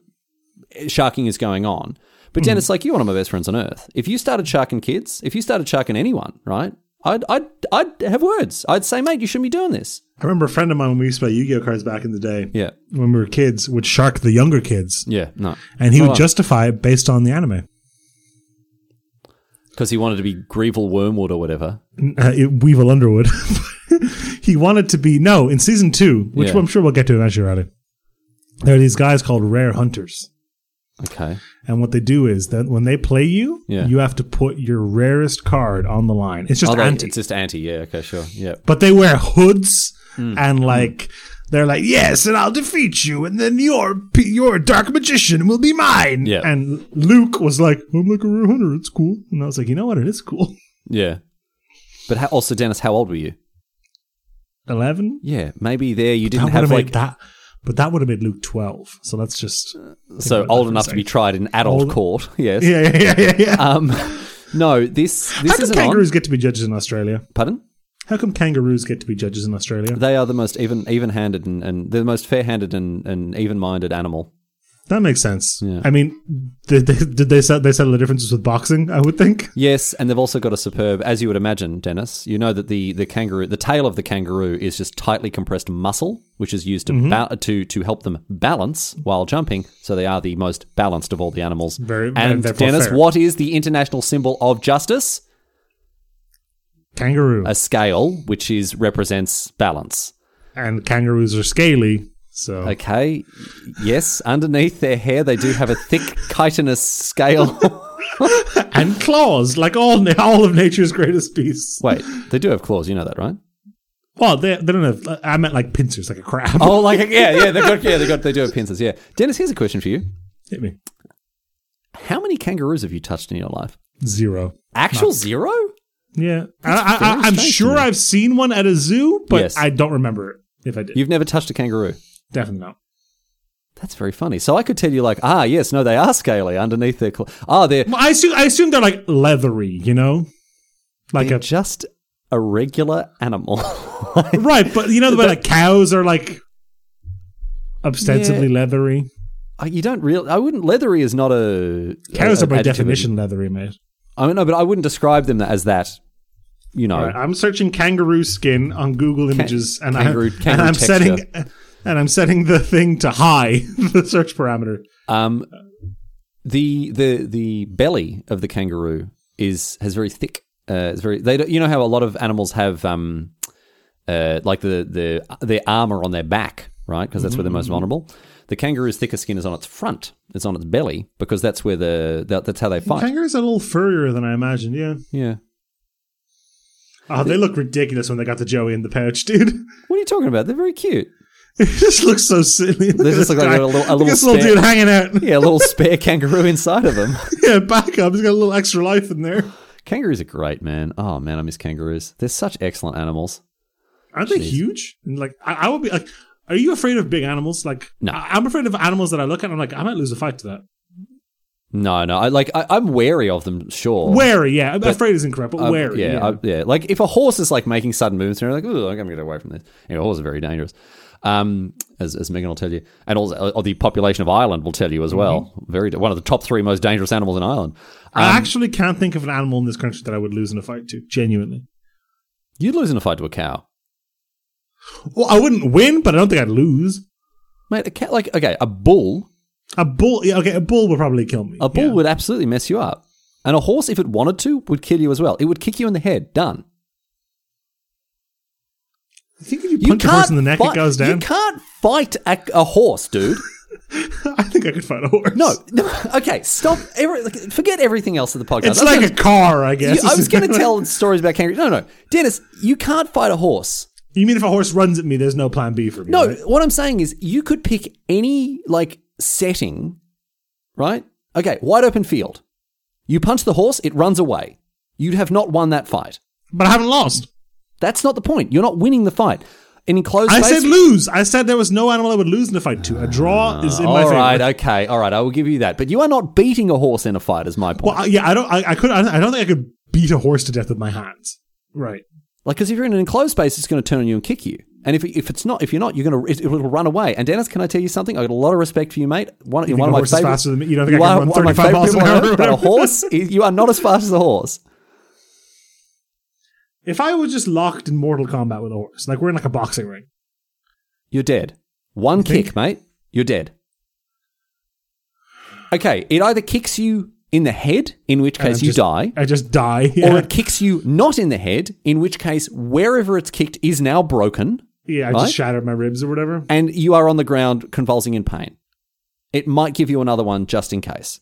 S1: sharking is going on. But Dan, it's like you're one of my best friends on earth. If you started sharking kids, if you started sharking anyone, right? I'd, I'd, I'd have words. I'd say, mate, you shouldn't be doing this.
S2: I remember a friend of mine when we used to play Yu-Gi-Oh cards back in the day.
S1: Yeah.
S2: When we were kids, would shark the younger kids,
S1: Yeah. No.
S2: and he would justify it based on the anime.
S1: Because he wanted to be Grievel Wormwood or whatever.
S2: Uh, it- Weevil Underwood. he wanted to be no in season two, which
S1: Yeah.
S2: I'm sure we'll get to eventually. Roddy. There are these guys called rare hunters,
S1: Okay.
S2: and what they do is that when they play you,
S1: Yeah.
S2: you have to put your rarest card on the line. It's just
S1: Oh, they-
S2: anti.
S1: It's just anti. Yeah. Okay. Sure. Yeah.
S2: but they wear hoods
S1: Hmm.
S2: and like they're like yes and i'll defeat you and then your p- your dark magician will be mine
S1: Yeah.
S2: and luke was like i'm like a rare hunter it's cool and i was like you know what it is cool
S1: Yeah. But how, also, Dennis, how old were you?
S2: 11
S1: Yeah. Maybe there you
S2: that
S1: didn't
S2: would have
S1: have
S2: made
S1: like
S2: that but that would have made luke 12 so that's just
S1: so old enough to be tried in adult court. Yes.
S2: yeah yeah yeah yeah, yeah.
S1: Um. No. This
S2: how
S1: Uh, this
S2: come
S1: isn't on.
S2: kangaroos get to be judges in australia
S1: Pardon.
S2: how come kangaroos get to be judges in australia
S1: They are the most even even handed and, and they're the most fair handed and, and even minded animal.
S2: that makes sense
S1: Yeah.
S2: i mean did they did they set they settle the differences with boxing i would think
S1: Yes, and they've also got a superb, as you would imagine, Dennis. You know that the, the kangaroo, the tail of the kangaroo, is just tightly compressed muscle, which is used to
S2: Mm-hmm.
S1: ba- to to help them balance while jumping. So they are the most balanced of all the animals.
S2: Very- and
S1: and
S2: therefore
S1: Dennis,
S2: fair.
S1: what is the international symbol of justice?
S2: kangaroo
S1: A scale, which is represents balance.
S2: and kangaroos are scaly. So
S1: Okay. Yes, underneath their hair, they do have a thick chitinous scale.
S2: and claws, like all all of nature's greatest beasts.
S1: Wait, they do have claws. You know that, right?
S2: Well, they, they don't have. I meant like pincers, like a crab.
S1: Oh, like yeah, yeah, they've got yeah, they got they do have pincers. Yeah, Dennis, here's a question for you.
S2: Hit me
S1: How many kangaroos have you touched in your life?
S2: zero.
S1: Actual zero?
S2: Yeah, I, I,
S1: very
S2: I, I'm
S1: strange to
S2: sure
S1: me.
S2: I've seen one at a zoo, but
S1: Yes.
S2: I don't remember it. If I did,
S1: You've never touched a kangaroo.
S2: definitely not.
S1: That's very funny. So I could tell you like, ah, yes, no, they are scaly underneath their claw. Ah, they're,
S2: Well, I assume I assume they're like leathery, you know, like
S1: they're
S2: a
S1: just a regular animal.
S2: right. But you know the way like cows are like ostensibly leathery.
S1: I- you don't really. I wouldn't. Leathery is not a
S2: Cows
S1: a-
S2: are by
S1: adjective.
S2: definition leathery, mate.
S1: I mean, no, but I wouldn't describe them as that. You know,
S2: All right, I'm searching kangaroo skin on Google Images, and,
S1: kangaroo-
S2: I, and
S1: kangaroo
S2: I'm
S1: texture.
S2: setting and I'm setting the thing to high the search parameter.
S1: Um, the the the belly of the kangaroo is has very thick. Uh, it's very they don't- you know how a lot of animals have um, uh, like the the their armor on their back, right? Because that's where they're most vulnerable. The kangaroo's thicker skin is on its front. It's on its belly because that's where the that, that's how they fight.
S2: Kangaroos are a little furrier than I imagined. Yeah.
S1: yeah.
S2: Oh, they look ridiculous when they got the Joey in the pouch, dude.
S1: What are you talking about? They're very cute.
S2: It just looks so silly. Look
S1: They
S2: at
S1: just
S2: this
S1: look like
S2: guy.
S1: a little- a
S2: Look at
S1: little
S2: this little
S1: spare-
S2: dude hanging out.
S1: Yeah, a little spare kangaroo inside of them.
S2: yeah, back up. He's got a little extra life in there.
S1: Kangaroos are great, man. Oh man, I miss kangaroos. They're such excellent animals.
S2: Aren't they huge? And like, I, I would be like, are you afraid of big animals? Like,
S1: No.
S2: I, I'm afraid of animals that I look at. and I'm like, I might lose a fight to that.
S1: No, no, I like I, I'm wary of them. Sure,
S2: Wary, yeah. afraid is incorrect, but
S1: Um,
S2: wary.
S1: Yeah,
S2: yeah.
S1: I- yeah. Like if a horse is like making sudden movements, and you're like, "Ooh, I'm gonna get away from this." You know, horses are very dangerous. Um, as, as Megan will tell you, and also uh, or the population of Ireland will tell you as well. Very one of the top three most dangerous animals in Ireland. um,
S2: I actually can't think of an animal in this country that I would lose in a fight to, genuinely.
S1: You'd lose in a fight to a cow,
S2: Well, I wouldn't win, but I don't think I'd lose.
S1: mate. A cat, like okay, a bull.
S2: A bull, yeah, okay, a bull would probably kill me.
S1: A bull
S2: yeah.
S1: would absolutely mess you up, and a horse, if it wanted to, would kill you as well. It would kick you in the head. Done.
S2: I think if you
S1: You
S2: punch a
S1: can't
S2: horse in the neck,
S1: fight-
S2: it goes
S1: You
S2: down.
S1: can't fight a, a horse, dude.
S2: I think I could fight a horse.
S1: No, no. Okay, stop. Every, like, forget everything else of the podcast.
S2: It's
S1: I'm
S2: like
S1: gonna-
S2: a car, I guess.
S1: You- I was going to tell stories about kangaroos. No, no, Dennis, you can't fight a horse.
S2: You mean if a horse runs at me, there's no plan B for me?
S1: No,
S2: right?
S1: what I'm saying is you could pick any like setting, right? Okay, wide open field. You punch the horse, it runs away. You'd have not won that fight.
S2: But I haven't lost.
S1: That's not the point. You're not winning the fight. An enclosed
S2: I
S1: space.
S2: said lose. I said there was no animal I would lose in a fight to. A draw is in my
S1: all
S2: favor.
S1: right, okay, all right. I will give you that, but you are not beating a horse in a fight. Is my point?
S2: Well, I- yeah, I don't. I, I could. I don't- I don't think I could beat a horse to death with my hands. Right.
S1: Like, because if you're in an enclosed space, it's going to turn on you and kick you. And if, if it's not, if you're not, you're going to it, it'll run away. And Dennis, can I tell you something? I got a lot of respect for you, mate. One,
S2: think
S1: one of
S2: a
S1: my
S2: horse is
S1: favorite.
S2: faster than me? You don't think I can run
S1: one of my
S2: 35
S1: favorite
S2: miles
S1: people
S2: an
S1: on
S2: hour
S1: earth,
S2: or
S1: but a
S2: whatever?
S1: horse. is- you are not as fast as a horse.
S2: If I was just locked in Mortal Kombat with a horse, like we're in like a boxing ring.
S1: You're dead. One kick,
S2: think?
S1: mate. You're dead. Okay, it either kicks you in the head, in which
S2: and
S1: case
S2: I'm
S1: you
S2: just-
S1: die,
S2: I just die.
S1: or
S2: Yeah,
S1: it kicks you not in the head, in which case wherever it's kicked is now broken,
S2: yeah I
S1: right?
S2: just shattered my ribs or whatever.
S1: and you are on the ground convulsing in pain. It might give you another one just in case.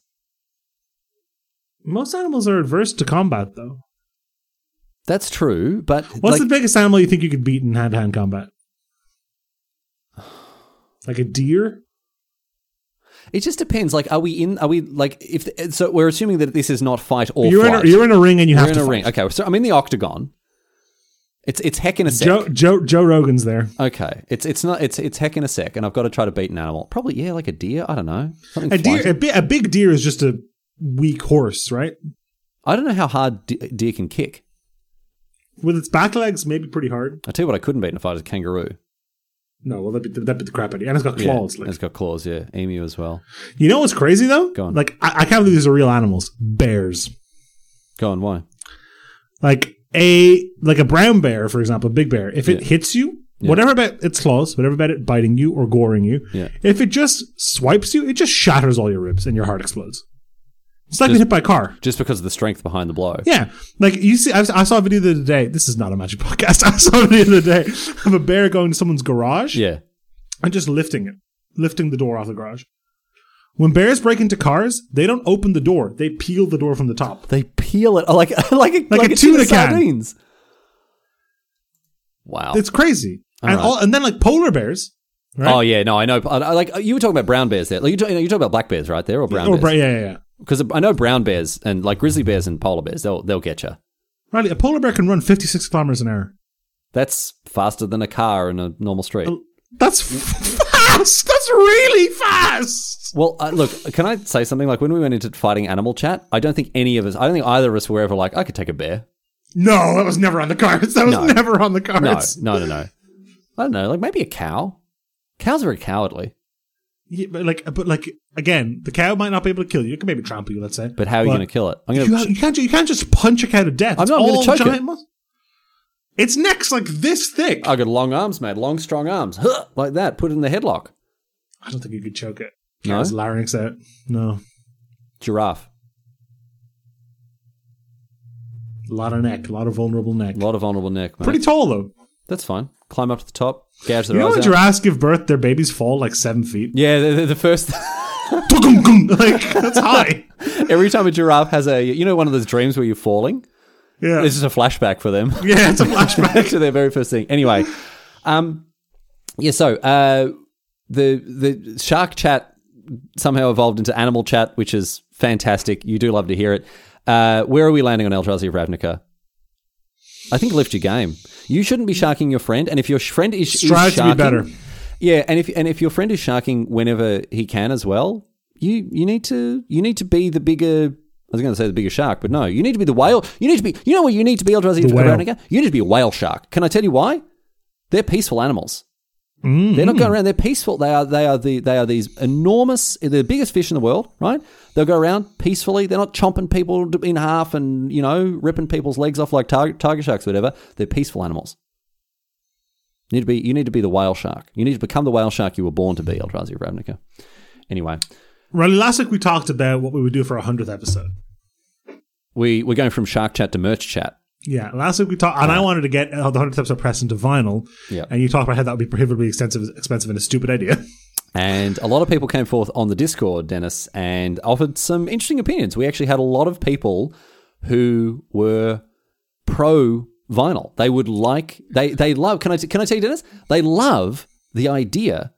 S2: Most animals are adverse to combat, though.
S1: That's true, but
S2: What's
S1: like,
S2: the biggest animal you think you could beat in hand to hand combat? Like a deer?
S1: it just depends. Like, are we in? Are we like if so? We're assuming that this is not fight or
S2: you're
S1: flight.
S2: in a, you're in a ring and you
S1: We're
S2: have
S1: in
S2: to
S1: a
S2: fight.
S1: ring. Okay, so I'm in the octagon. It's it's heck in a sec.
S2: Joe, Joe Joe Rogan's there.
S1: Okay, it's it's not it's it's heck in a sec, and I've got to try to beat an animal. Probably yeah, like a deer. I don't know. Something
S2: A deer,
S1: flying.
S2: a, bi- a big deer is just a weak horse, right?
S1: I don't know how hard de- deer can kick.
S2: With its back legs, maybe pretty hard.
S1: I tell you what, I couldn't beat in a fight is a kangaroo.
S2: No, well that'd be, that'd be the crap out of you. And it's got
S1: Yeah,
S2: claws.
S1: and
S2: like,
S1: it's got claws. Yeah, emu as well.
S2: you know what's crazy though?
S1: Go on.
S2: Like I, I can't believe these are real animals. Bears.
S1: Go on, why?
S2: Like a like a brown bear, for example, a big bear. If it hits you, whatever about its claws, whatever about it biting you or goring you,
S1: Yeah.
S2: if it just swipes you, it just shatters all your ribs and your heart explodes. It's like being hit by a car.
S1: Just because of the strength behind the blow.
S2: Yeah, like you see, I, I saw a video the other day. This is not a magic podcast. I saw a video the other day of a bear going to someone's garage
S1: Yeah.
S2: and just lifting it, lifting the door off the garage. When bears break into cars, they don't open the door; they peel the door from the top.
S1: They peel it Oh, like like a, like
S2: a
S1: a tin
S2: tuna
S1: of
S2: can.
S1: sardines. Wow.
S2: It's crazy. and
S1: right.
S2: all, and then like polar bears, right?
S1: Oh yeah, no, I know. I, I, like you were talking about brown bears there. Like you, talk, you know, you talk about black bears right there or brown
S2: or bra-
S1: bears
S2: yeah, yeah, yeah.
S1: because I know brown bears and like grizzly bears and polar bears they'll they'll get you.
S2: Riley, a polar bear can run fifty-six kilometers an hour.
S1: That's faster than a car in a normal street.
S2: Um, That's
S1: Mm.
S2: fast. That's really fast.
S1: Well, uh, look, can I say something? Like when we went into fighting animal chat, I don't think any of us, I don't think either of us were ever like, I could take a bear.
S2: No, that was never on the cards. That was
S1: No.
S2: never on the
S1: No,
S2: cards.
S1: no, no, no. I don't know, like maybe a cow. Cows are cowardly,
S2: Yeah, but like, but like again, the cow might not be able to kill you. It can maybe trample you. Let's say.
S1: but how are you
S2: But
S1: going to kill it? I'm going
S2: You,
S1: to.
S2: you can't. You can't just punch a cow to death.
S1: I'm
S2: It's
S1: not gonna
S2: all
S1: choke
S2: giant
S1: it.
S2: mus- Its neck's like this thick.
S1: I got long arms, mate. Long, strong arms, Huh, like that. Put it in the headlock.
S2: I don't think you could choke it.
S1: No?
S2: Cow's larynx out. No,
S1: Giraffe.
S2: a lot of neck. A lot of vulnerable neck.
S1: A lot of vulnerable neck, mate.
S2: Pretty tall though.
S1: That's fine. Climb up to the top. Gouge their
S2: You know
S1: eyes
S2: when
S1: out.
S2: giraffes give birth, their babies fall like seven feet.
S1: yeah, the, the, the first.
S2: like that's high.
S1: every time a giraffe has a, you know, one of those dreams where you're falling.
S2: Yeah,
S1: This is a flashback for them.
S2: yeah. It's a flashback.
S1: back to their very first thing. Anyway, um, yeah. So uh, the the shark chat somehow evolved into animal chat, which is fantastic. You do love to hear it. Uh, where are we landing on Eldrazi of Ravnica? I think lift your game. You shouldn't be sharking your friend, and if your sh- friend is, is
S2: Strive to be
S1: sharking-
S2: better.
S1: yeah, and if and if your friend is sharking whenever he can as well, you you need to you need to be the bigger. I was going to say the bigger shark, but no, you need to be the whale. You need to be. You know what you need to be, Eldrazi
S2: whale.
S1: Veronica? You need to be a whale shark. Can I tell you why? They're peaceful animals. They're not going around. They're peaceful. They are. They are the. They are these enormous. They're the biggest fish in the world, right? They'll go around peacefully. They're not chomping people in half and you know ripping people's legs off like tiger, tiger sharks or whatever. They're peaceful animals. You need to be you need to be the whale shark. You need to become the whale shark you were born to be, Eldrazi of Ravnica. Anyway,
S2: Riley, last week we talked about what we would do for our hundredth episode.
S1: we we're going from shark chat to merch chat.
S2: Yeah, last week we talked, and I wanted to get uh, the hundredth episode pressed into vinyl.
S1: Yeah.
S2: and you talked about how that would be prohibitively expensive, expensive, and a stupid idea.
S1: And a lot of people came forth on the Discord, Dennis, and offered some interesting opinions. We actually had a lot of people who were pro vinyl. They would like they they love. Can I can I tell you, Dennis? They love the idea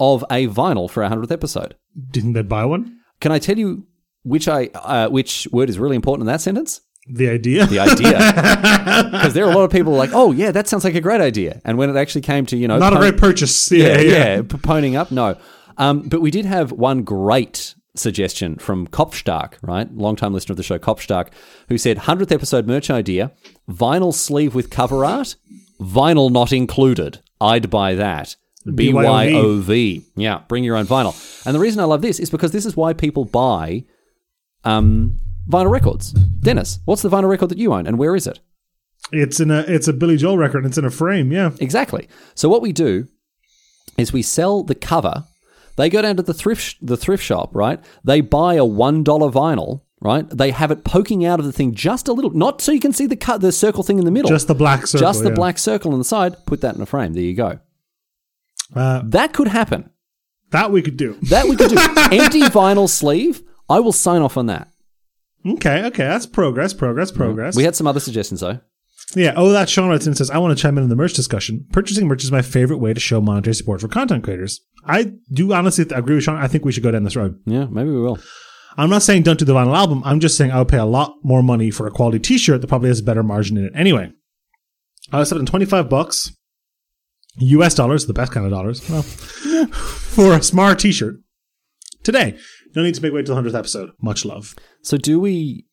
S1: of a vinyl for our hundredth episode.
S2: Do you think they'd buy one?
S1: Can I tell you which I uh, which word is really important in that sentence?
S2: The idea.
S1: the idea. Because there are a lot of people like, oh, yeah, that sounds like a great idea. And when it actually came to, you know,
S2: Not a
S1: pon-
S2: great purchase. Yeah, yeah.
S1: yeah, p- ponying up, no. Um, but we did have one great suggestion from Kopstark, right? Longtime listener of the show, Kopstark, who said 100th episode merch idea vinyl sleeve with cover art, vinyl not included. I'd buy that. BYOV. Yeah, bring your own vinyl. And the reason I love this is because this is why people buy um, vinyl records. Dennis, what's the vinyl record that you own and where is it?
S2: It's in a it's a Billy Joel record and it's in a frame, yeah.
S1: Exactly. So what we do is we sell the cover. They go down to the thrift sh- the thrift shop, right? They buy a one dollar vinyl, right? They have it poking out of the thing just a little, not so you can see the cut the circle thing in the middle,
S2: Just the black circle.
S1: Just the
S2: yeah.
S1: black circle on the side. Put that in a frame. There you go.
S2: Uh,
S1: That could happen.
S2: that we could do.
S1: That we could do. Empty vinyl sleeve. I will sign off on that.
S2: Okay, okay, that's progress, progress, progress.
S1: Uh-huh. We had some other suggestions though.
S2: Yeah. Oh, that Sean writes in and says, I want to chime in on the merch discussion. Purchasing merch is my favorite way to show monetary support for content creators. I do honestly th- agree with Sean. I think we should go down this road.
S1: Yeah, maybe we will.
S2: I'm not saying don't do the vinyl album. I'm just saying I would pay a lot more money for a quality t-shirt that probably has a better margin in it. Anyway, I was in 25 bucks, US dollars, the best kind of dollars, well, for a smart t-shirt today. No need to make wait till the 100th episode. Much love.
S1: So do we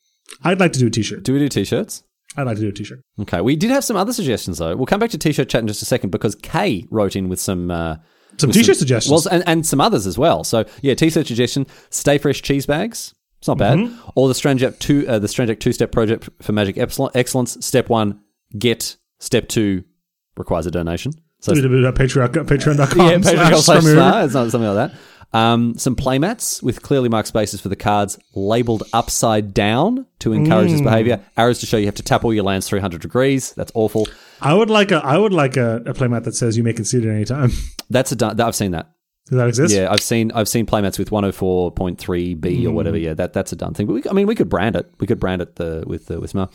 S2: I'd like to do a t-shirt.
S1: do we do t-shirts?
S2: I'd like to do a t-shirt.
S1: Okay, we did have some other suggestions though. We'll come back to t-shirt chat in just a second because Kay wrote in with some uh,
S2: Some t-shirt suggestions.
S1: well and, and some others as well. So yeah, t-shirt suggestion: Stay Fresh cheese bags. It's not bad.
S2: Mm-hmm.
S1: Or the Strange Act two uh, the Strange Act two step project for Magic Epsilon- Excellence. Step one: get. Step two requires a donation. So
S2: www.patreon.com
S1: yeah,
S2: patreon.com
S1: Patreon
S2: slash
S1: slash
S2: Scrum River.
S1: star. It's not something like that. Um, some playmats with clearly marked spaces for the cards labeled upside down to encourage
S2: Mm.
S1: this behavior. Arrows to show you have to tap all your lands 300 degrees. That's awful.
S2: I would like a I would like a, a playmat that says you may concede at any time. Does
S1: That's a dun- that, I've seen that.
S2: that exist?
S1: Yeah, I've seen I've seen playmats with 104.3b or whatever. Yeah, that that's a done thing. But we, I mean, we could brand it. We could brand it the, with the, with Smar.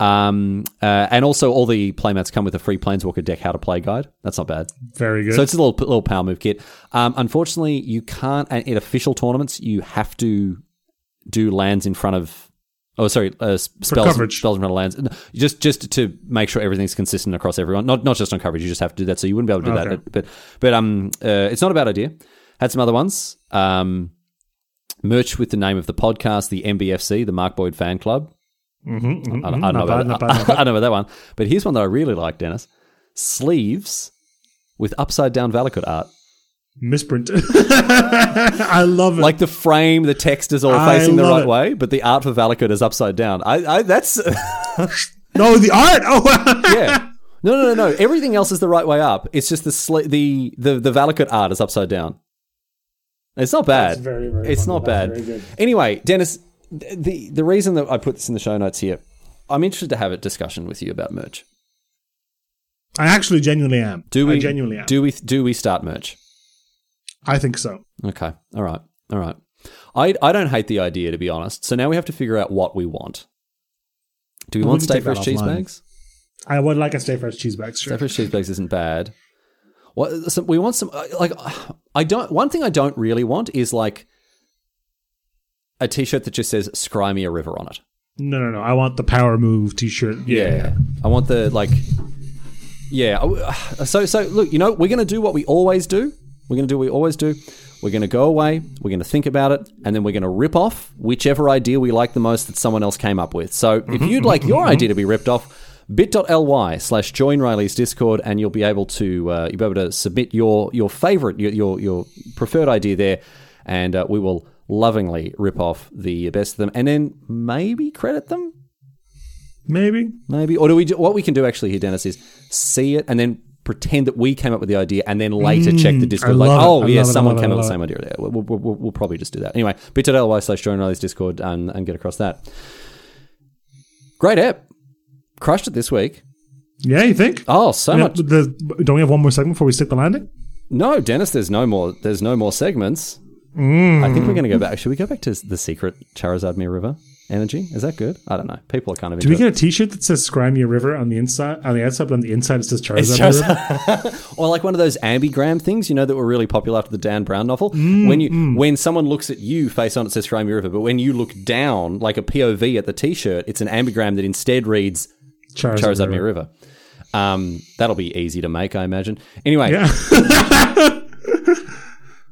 S1: Um, uh, and also all the playmats come with a free Planeswalker deck how to play guide. That's not bad.
S2: Very good.
S1: So it's a little little power move kit. Um, unfortunately, you can't at, at official tournaments. You have to do lands in front of. Oh, sorry, uh, s- spells
S2: coverage.
S1: spells in front of lands. No, Just just to make sure everything's consistent across everyone. Not not just on coverage. You just have to do that. So you wouldn't be able to do
S2: Okay.
S1: that. But but, but, um, uh, it's not a bad idea. Had some other ones. Um, merch with the name of the podcast, the MBFC, the Mark Boyd Fan Club. Mm-hmm, I, don't- I don't know
S2: Not bad,
S1: about
S2: not
S1: that.
S2: bad, not
S1: I don't know about that one. But here's one that I really like, Dennis. Sleeves with upside down Valakut art.
S2: Misprint. I love it.
S1: Like the frame, the text is all
S2: I
S1: facing the
S2: love
S1: right
S2: it.
S1: way, but the art for Valakut is upside down. I, I that's
S2: no, the art. Oh,
S1: yeah. No, no, no, no. Everything else is the right way up. It's just the sli- the the the Valakut art is upside down. It's not bad.
S2: That's very, very
S1: it's
S2: funny.
S1: not
S2: That's
S1: bad.
S2: very good.
S1: Anyway, Dennis, th- the the reason that I put this in the show notes here, I'm interested to have a discussion with you about merch.
S2: I actually genuinely am.
S1: Do we
S2: I genuinely am.
S1: do we do we start merch?
S2: I think so.
S1: Okay. All right. All right. I I don't hate the idea to be honest. So now we have to figure out what we want. Do we
S2: Well,
S1: want
S2: we can
S1: stay
S2: take that
S1: fresh cheese
S2: offline.
S1: bags?
S2: I would like a stay fresh cheese bag.
S1: Stay
S2: Sure.
S1: fresh cheese bags isn't bad. What some, we want some uh, like I don't. One thing I don't really want is like a t-shirt that just says "Scry me a river" on it.
S2: No, no, no. I want the power move T-shirt.
S1: I want the like. Yeah. I- uh, So so look, you know, we're gonna do what we always do. We're gonna do what we always do. We're gonna go away. We're gonna think about it, and then we're gonna rip off whichever idea we like the most that someone else came up with. So if you'd like your idea to be ripped off. Bit.ly slash join Riley's Discord, and you'll be able to uh, you'll be able to submit your your favorite your your, your preferred idea there, and uh, we will lovingly rip off the best of them, and then maybe credit them
S2: Maybe.
S1: maybe. Or do we? Do, what we can do actually here, Dennis, is see it and then pretend that we came up with the idea, and then later check the Discord. like,
S2: Mm, I love it.
S1: oh
S2: I
S1: yeah,
S2: love it. I
S1: someone
S2: love it.
S1: came
S2: I
S1: up with
S2: love
S1: the same idea. Yeah, We'll, we'll, we'll, we'll probably just do that anyway. Bit.ly slash join Riley's Discord and, and get across that. Great app, crushed it this week.
S2: Yeah, you think?
S1: Oh, so
S2: Yeah,
S1: much.
S2: the- don't we have one more segment before we stick the landing?
S1: No, Dennis, there's no more. There's no more segments. I
S2: Mm.
S1: think we're going to go back. Should we go back to the secret Charizard Mere River energy? Is that good? I don't know. People are kind of.
S2: Do we get a T-shirt that says "Scrimey River" on the inside, on the outside, but on the inside it says Charizard? River?
S1: Or like one of those ambigram things, you know, that were really popular after the Dan Brown novel. when you when someone looks at you face on, it says Crimea River, but when you look down, like a POV at the T-shirt, it's an ambigram that instead reads
S2: Charizard,
S1: Charizard
S2: River.
S1: Mere River. Um, that'll be easy to make, I imagine. Anyway,
S2: Yeah.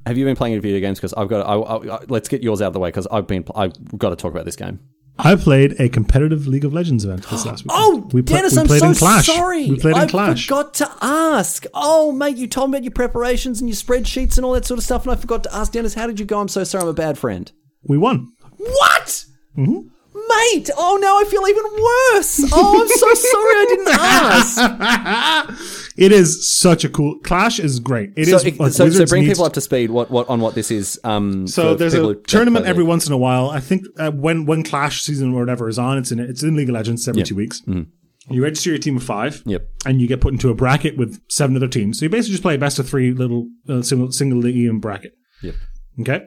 S1: Have you been playing any video games? Because I've got. I, I, I- let's get yours out of the way because I've been. I've got to talk about this game.
S2: I played a competitive League of Legends event this last week.
S1: Oh,
S2: pla- We played in Clash.
S1: forgot to ask. Oh, mate, you told me about your preparations and your spreadsheets and all that sort of stuff, and I forgot to ask Dennis. How did you go? I'm so sorry. I'm a bad friend.
S2: We won.
S1: What?
S2: Mm-hmm.
S1: Mate, oh no, I feel even worse. Oh, I'm so sorry I didn't ask.
S2: It is such a cool Clash is great. It is
S1: so, it-
S2: like
S1: so, so
S2: Wizards
S1: bring
S2: needs
S1: people up to speed what, what on what this is. Um,
S2: So
S1: for
S2: there's
S1: people
S2: a
S1: who-
S2: tournament
S1: that-
S2: every once in a while. I think uh, when when Clash season or whatever is on, it's in it's in League of Legends every two weeks. You register your team of five,
S1: Mm-hmm. Yep.
S2: and you get put into a bracket with seven other teams. So you basically just play a best of three little uh, single single EM bracket.
S1: Yep.
S2: Okay,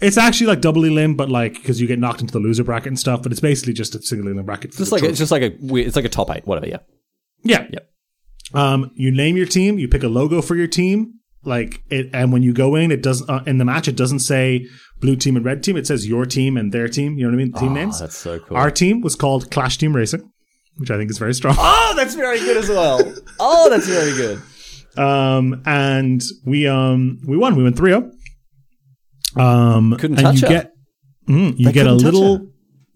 S2: it's actually like double elim, but like because you get knocked into the loser bracket and stuff. But it's basically just a single elim bracket.
S1: It's like it's just like a weird- it's like a top eight, whatever. Yeah.
S2: Yeah.
S1: Yep.
S2: Um, you name your team, you pick a logo for your team, like it, and when you go in, it doesn't uh, in the match. It doesn't say blue team and red team. It says your team and their team. You know what I mean? Team names.
S1: Ah, Oh, that's so cool.
S2: Our team was called Clash Team Racing, which I think is very strong.
S1: Oh, that's very good as well. Oh, that's very good.
S2: Um, and we um we won. We won three zero. Um,
S1: Couldn't
S2: and
S1: touch
S2: you
S1: her.
S2: get mm, you get a
S1: couldn't touch
S2: little
S1: her.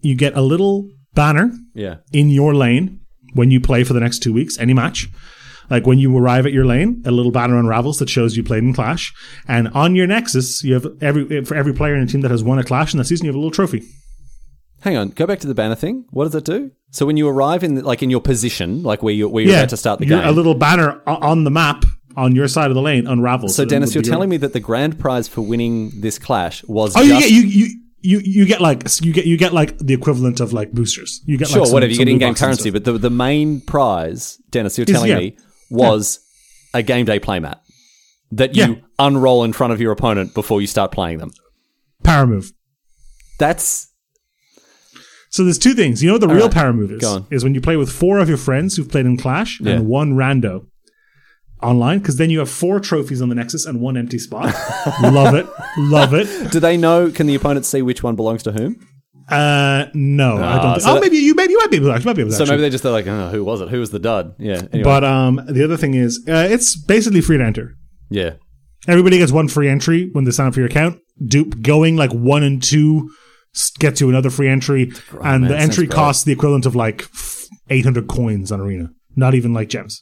S2: you get a little banner
S1: Yeah.
S2: in your lane when you play for the next two weeks, any match. Like when you arrive at your lane, a little banner unravels that shows you played in Clash, and on your Nexus, you have every for every player in a team that has won a Clash in that season, you have a little trophy.
S1: Hang on, go back to the banner thing. What does that do? So when you arrive in like in your position, like where you where you're about to start the
S2: you're-
S1: game.
S2: a little banner o- on the map on your side of the lane unravels.
S1: so Dennis, you're telling me that the grand prize for winning this clash was
S2: Oh,
S1: just
S2: you get you you. You, you get like you get you get like the equivalent of like boosters. You get
S1: sure
S2: like some-
S1: whatever you
S2: some
S1: get
S2: loot
S1: in game
S2: boxes and
S1: currency,
S2: stuff.
S1: but the the main prize, Dennis, you're telling
S2: yeah.
S1: me was a game day playmat that you
S2: Yeah.
S1: unroll in front of your opponent before you start playing them.
S2: power move.
S1: That's
S2: So there's two things. You know what the real
S1: right.
S2: power move is?
S1: Go on.
S2: Is when you play with four of your friends who've played in Clash
S1: Yeah.
S2: and one rando online, because then you have four trophies on the Nexus and one empty spot. love it. Love it.
S1: do they know? Can the opponent see which one belongs to whom?
S2: Uh, no, I don't think.
S1: so
S2: oh,
S1: that-
S2: maybe you maybe you might be able to actually might be able to
S1: So
S2: actually.
S1: maybe they just they're like, oh, who was it? Who was the dud? Yeah. Anyway,
S2: but um, the other thing is, uh, it's basically free to enter.
S1: yeah.
S2: Everybody gets one free entry when they sign up for your account. Dupe going like one and two s- gets you another free entry, and
S1: man,
S2: the
S1: sounds
S2: entry
S1: great.
S2: costs the equivalent of like eight hundred coins on Arena. Not even like gems.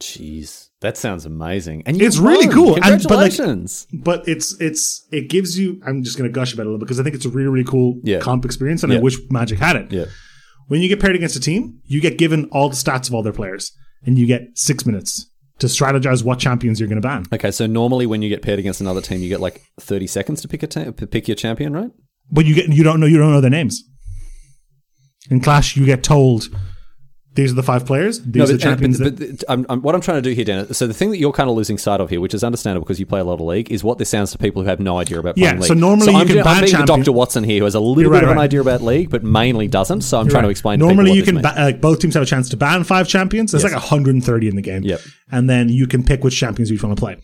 S1: Jeez, that sounds amazing. And you
S2: It's really
S1: won.
S2: cool. And- but, like-
S1: Congratulations.
S2: but it's it's it gives you i'm just going to gush about it a little bit because i think it's a really really cool
S1: Yeah.
S2: comp experience and i
S1: Yeah.
S2: wish magic had it
S1: yeah.
S2: when you get paired against a team you get given all the stats of all their players and you get six minutes to strategize what champions you're going to ban
S1: Okay, so normally when you get paired against another team, you get like thirty seconds to pick a ta- pick your champion, right?
S2: but you get you don't know you don't know their names in clash you get told these are the five players these are the
S1: but- and-
S2: champions
S1: but,
S2: that
S1: but uh, I'm, I'm, what I'm trying to do here, Dennis. So the thing that you're kind of losing sight of here, which is understandable because you play a lot of league, is what this sounds to people who have no idea about.
S2: Yeah,
S1: playing
S2: so
S1: league.
S2: normally you
S1: I'm,
S2: can
S1: ju-
S2: ban
S1: I'm being the
S2: champion-
S1: Doctor Watson here, who has a little
S2: You're
S1: bit of
S2: right,
S1: an
S2: right.
S1: idea about league, but mainly doesn't. So I'm trying to explain. to
S2: Normally,
S1: people what
S2: you
S1: this means.
S2: can ba- like both teams have a chance to ban five champions. There's like 130 in the game,
S1: Yep.
S2: and then you can pick which champions you want to play.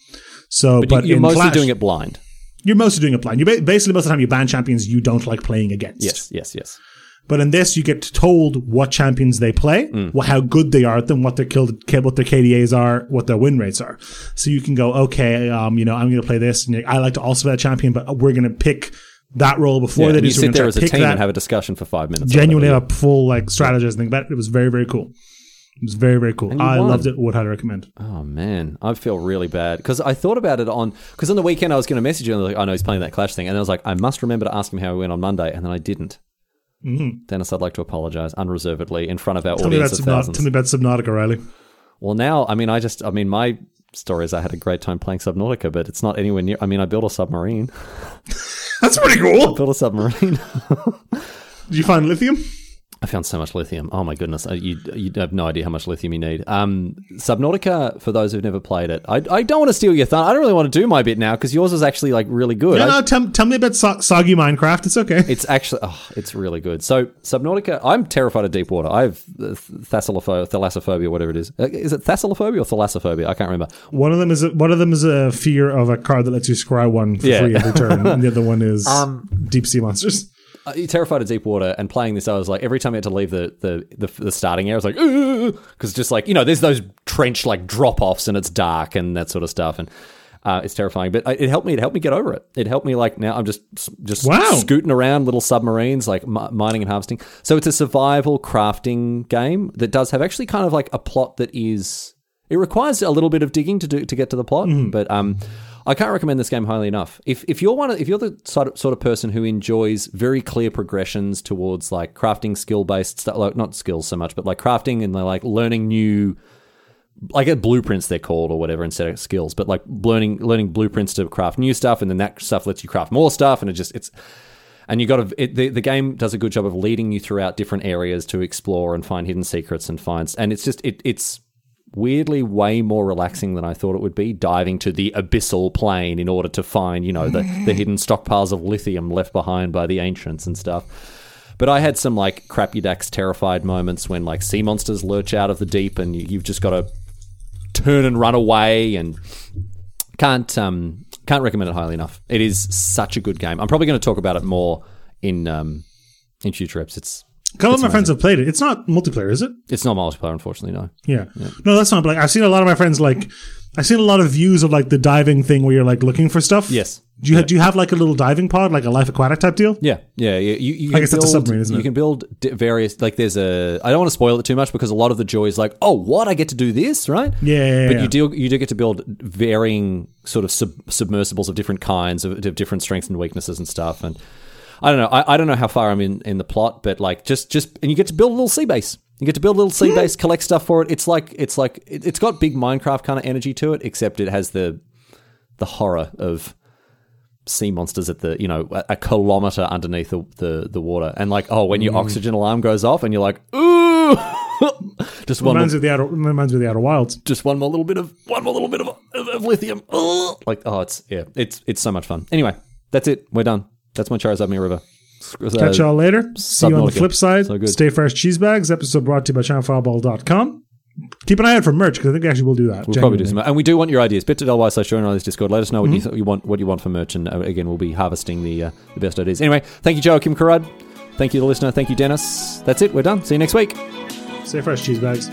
S2: So, but,
S1: you're
S2: in
S1: mostly
S2: Clash-
S1: doing it blind.
S2: you're mostly doing it blind. You ba- basically most of the time you ban champions you don't like playing against.
S1: Yes, yes, yes.
S2: But in this, you get told what champions they play,
S1: Mm.
S2: wha- how good they are at them, what their killed, ki- what their KDAs are, what their win rates are. So you can go, okay, um, you know, I'm going to play this, and you're like, I like to also play that champion, but we're going to pick that role before
S1: Yeah,
S2: they
S1: and
S2: do.
S1: you
S2: so we're
S1: sit there
S2: gonna
S1: as a
S2: try
S1: team
S2: to pick that.
S1: and have a discussion for five minutes. or
S2: genuinely
S1: whatever.
S2: have a full like strategizing thing about it. It was very very cool. It was very very cool.
S1: you
S2: I
S1: won.
S2: loved it. Would highly recommend.
S1: Oh man, I feel really bad because I thought about it on because on the weekend I was going to message you and I was like, oh no, he's playing that Clash thing, and I was like, I must remember to ask him how he went on Monday, and then I didn't. Mm-hmm. Dennis, I'd like to apologise unreservedly in front of our
S2: Tell me, about
S1: audience of
S2: Subna-
S1: thousands.
S2: tell me about Subnautica, Riley.
S1: well, now I mean, I just I mean, my story is I had a great time playing Subnautica, but it's not anywhere near. I mean, I built a submarine,
S2: That's pretty cool.
S1: built a submarine.
S2: Did you find lithium?
S1: I found so much lithium. Oh my goodness, Uh, you you have no idea how much lithium you need. Um, Subnautica, for those who've never played it, I, I don't want to steal your thunder. I don't really want to do my bit now because yours is actually like really good.
S2: No,
S1: I-
S2: no. Tell, tell me about so- soggy Minecraft. It's okay.
S1: It's actually, oh, it's really good. So Subnautica, I'm terrified of deep water. I have uh, thalassophobia, thalassophobia, whatever it is. Uh, Is it thalassophobia or thalassophobia? I can't remember.
S2: One of them is a, one of them is a fear of a card that lets you scry one for
S1: Yeah.
S2: free every turn, and the other one is deep sea monsters.
S1: Uh, you're terrified of deep water and playing this, I was like, every time I had to leave the the, the, the starting area, I was like, because just like you know, there's those trench like drop offs and it's dark and that sort of stuff. And Uh, it's terrifying, but I- it helped me. It helped me get over it. It helped me like now I'm just just
S2: Wow.
S1: scooting around little submarines, like mi- mining and harvesting. So it's a survival crafting game that does have actually kind of like a plot that is. It requires a little bit of digging to do to get to the plot, but um, I can't recommend this game highly enough. If if you're one of, if you're the sort of, sort of person who enjoys very clear progressions towards like crafting skill based stuff, like not skills so much, but like crafting and like learning new I get blueprints they're called or whatever instead of skills, but like learning learning blueprints to craft new stuff, and then that stuff lets you craft more stuff, and it just it's and you got to it, the the game does a good job of leading you throughout different areas to explore and find hidden secrets and finds and it's just it it's weirdly way more relaxing than I thought it would be diving to the abyssal plane in order to find you know the the hidden stockpiles of lithium left behind by the ancients and stuff. But I had some like crapudax terrified moments when like sea monsters lurch out of the deep and you, you've just got to turn and run away and can't um can't recommend it highly enough. It is such a good game. I'm probably going to talk about it more in um in future eps. It's
S2: A couple of my friends have played it. It's not multiplayer, is it?
S1: it's not multiplayer, unfortunately. No,
S2: Yeah. No, that's not. But like, I've seen a lot of my friends like. I've seen a lot of views of like the diving thing where you're like looking for stuff.
S1: Yes.
S2: Do you do you have like a little diving pod, like a life aquatic type deal?
S1: yeah, yeah. yeah. You, you
S2: I
S1: can
S2: guess
S1: build,
S2: that's a submarine, isn't
S1: You
S2: it?
S1: can build d- various like there's a. I don't want to spoil it too much because a lot of the joy is like, oh, what I get to do this, right?
S2: Yeah, yeah, yeah,
S1: but
S2: yeah.
S1: you do you do get to build varying sort of sub- submersibles of different kinds of, of different strengths and weaknesses and stuff and I don't know I, I don't know how far I'm in in the plot but like just just and you get to build a little sea base you get to build a little
S2: Hmm.
S1: sea base collect stuff for it it's like it's like it, it's got big Minecraft kind of energy to it except it has the the horror of sea monsters at the you know a, a kilometer underneath the, the the water and like oh when your oxygen alarm goes off and you're like ooh just one
S2: Reminds me of the outer reminds me of the outer wilds.
S1: just one more little bit of one more little bit of, of, of lithium. Ugh. Like oh, it's yeah, it's it's so much fun. Anyway, that's it. We're done. That's my Charizard Mirror River. Screw- uh,
S2: Catch y'all later. See you on the
S1: Subnautica.
S2: flip side.
S1: So good.
S2: Stay fresh, cheese bags. Episode brought to you by channelfireball.com. Keep an eye out for merch because I think we actually will do that.
S1: We'll probably do some, and we do want your ideas. Bit.ly slash join on this Discord. Let us know what you, th- you want, what you want for merch, and uh, again, we'll be harvesting the uh, the best ideas. Anyway, thank you, Joe Kim Karad. Thank you, the listener. Thank you, Dennis. That's it. We're done. See you next week.
S2: Stay fresh, cheese bags.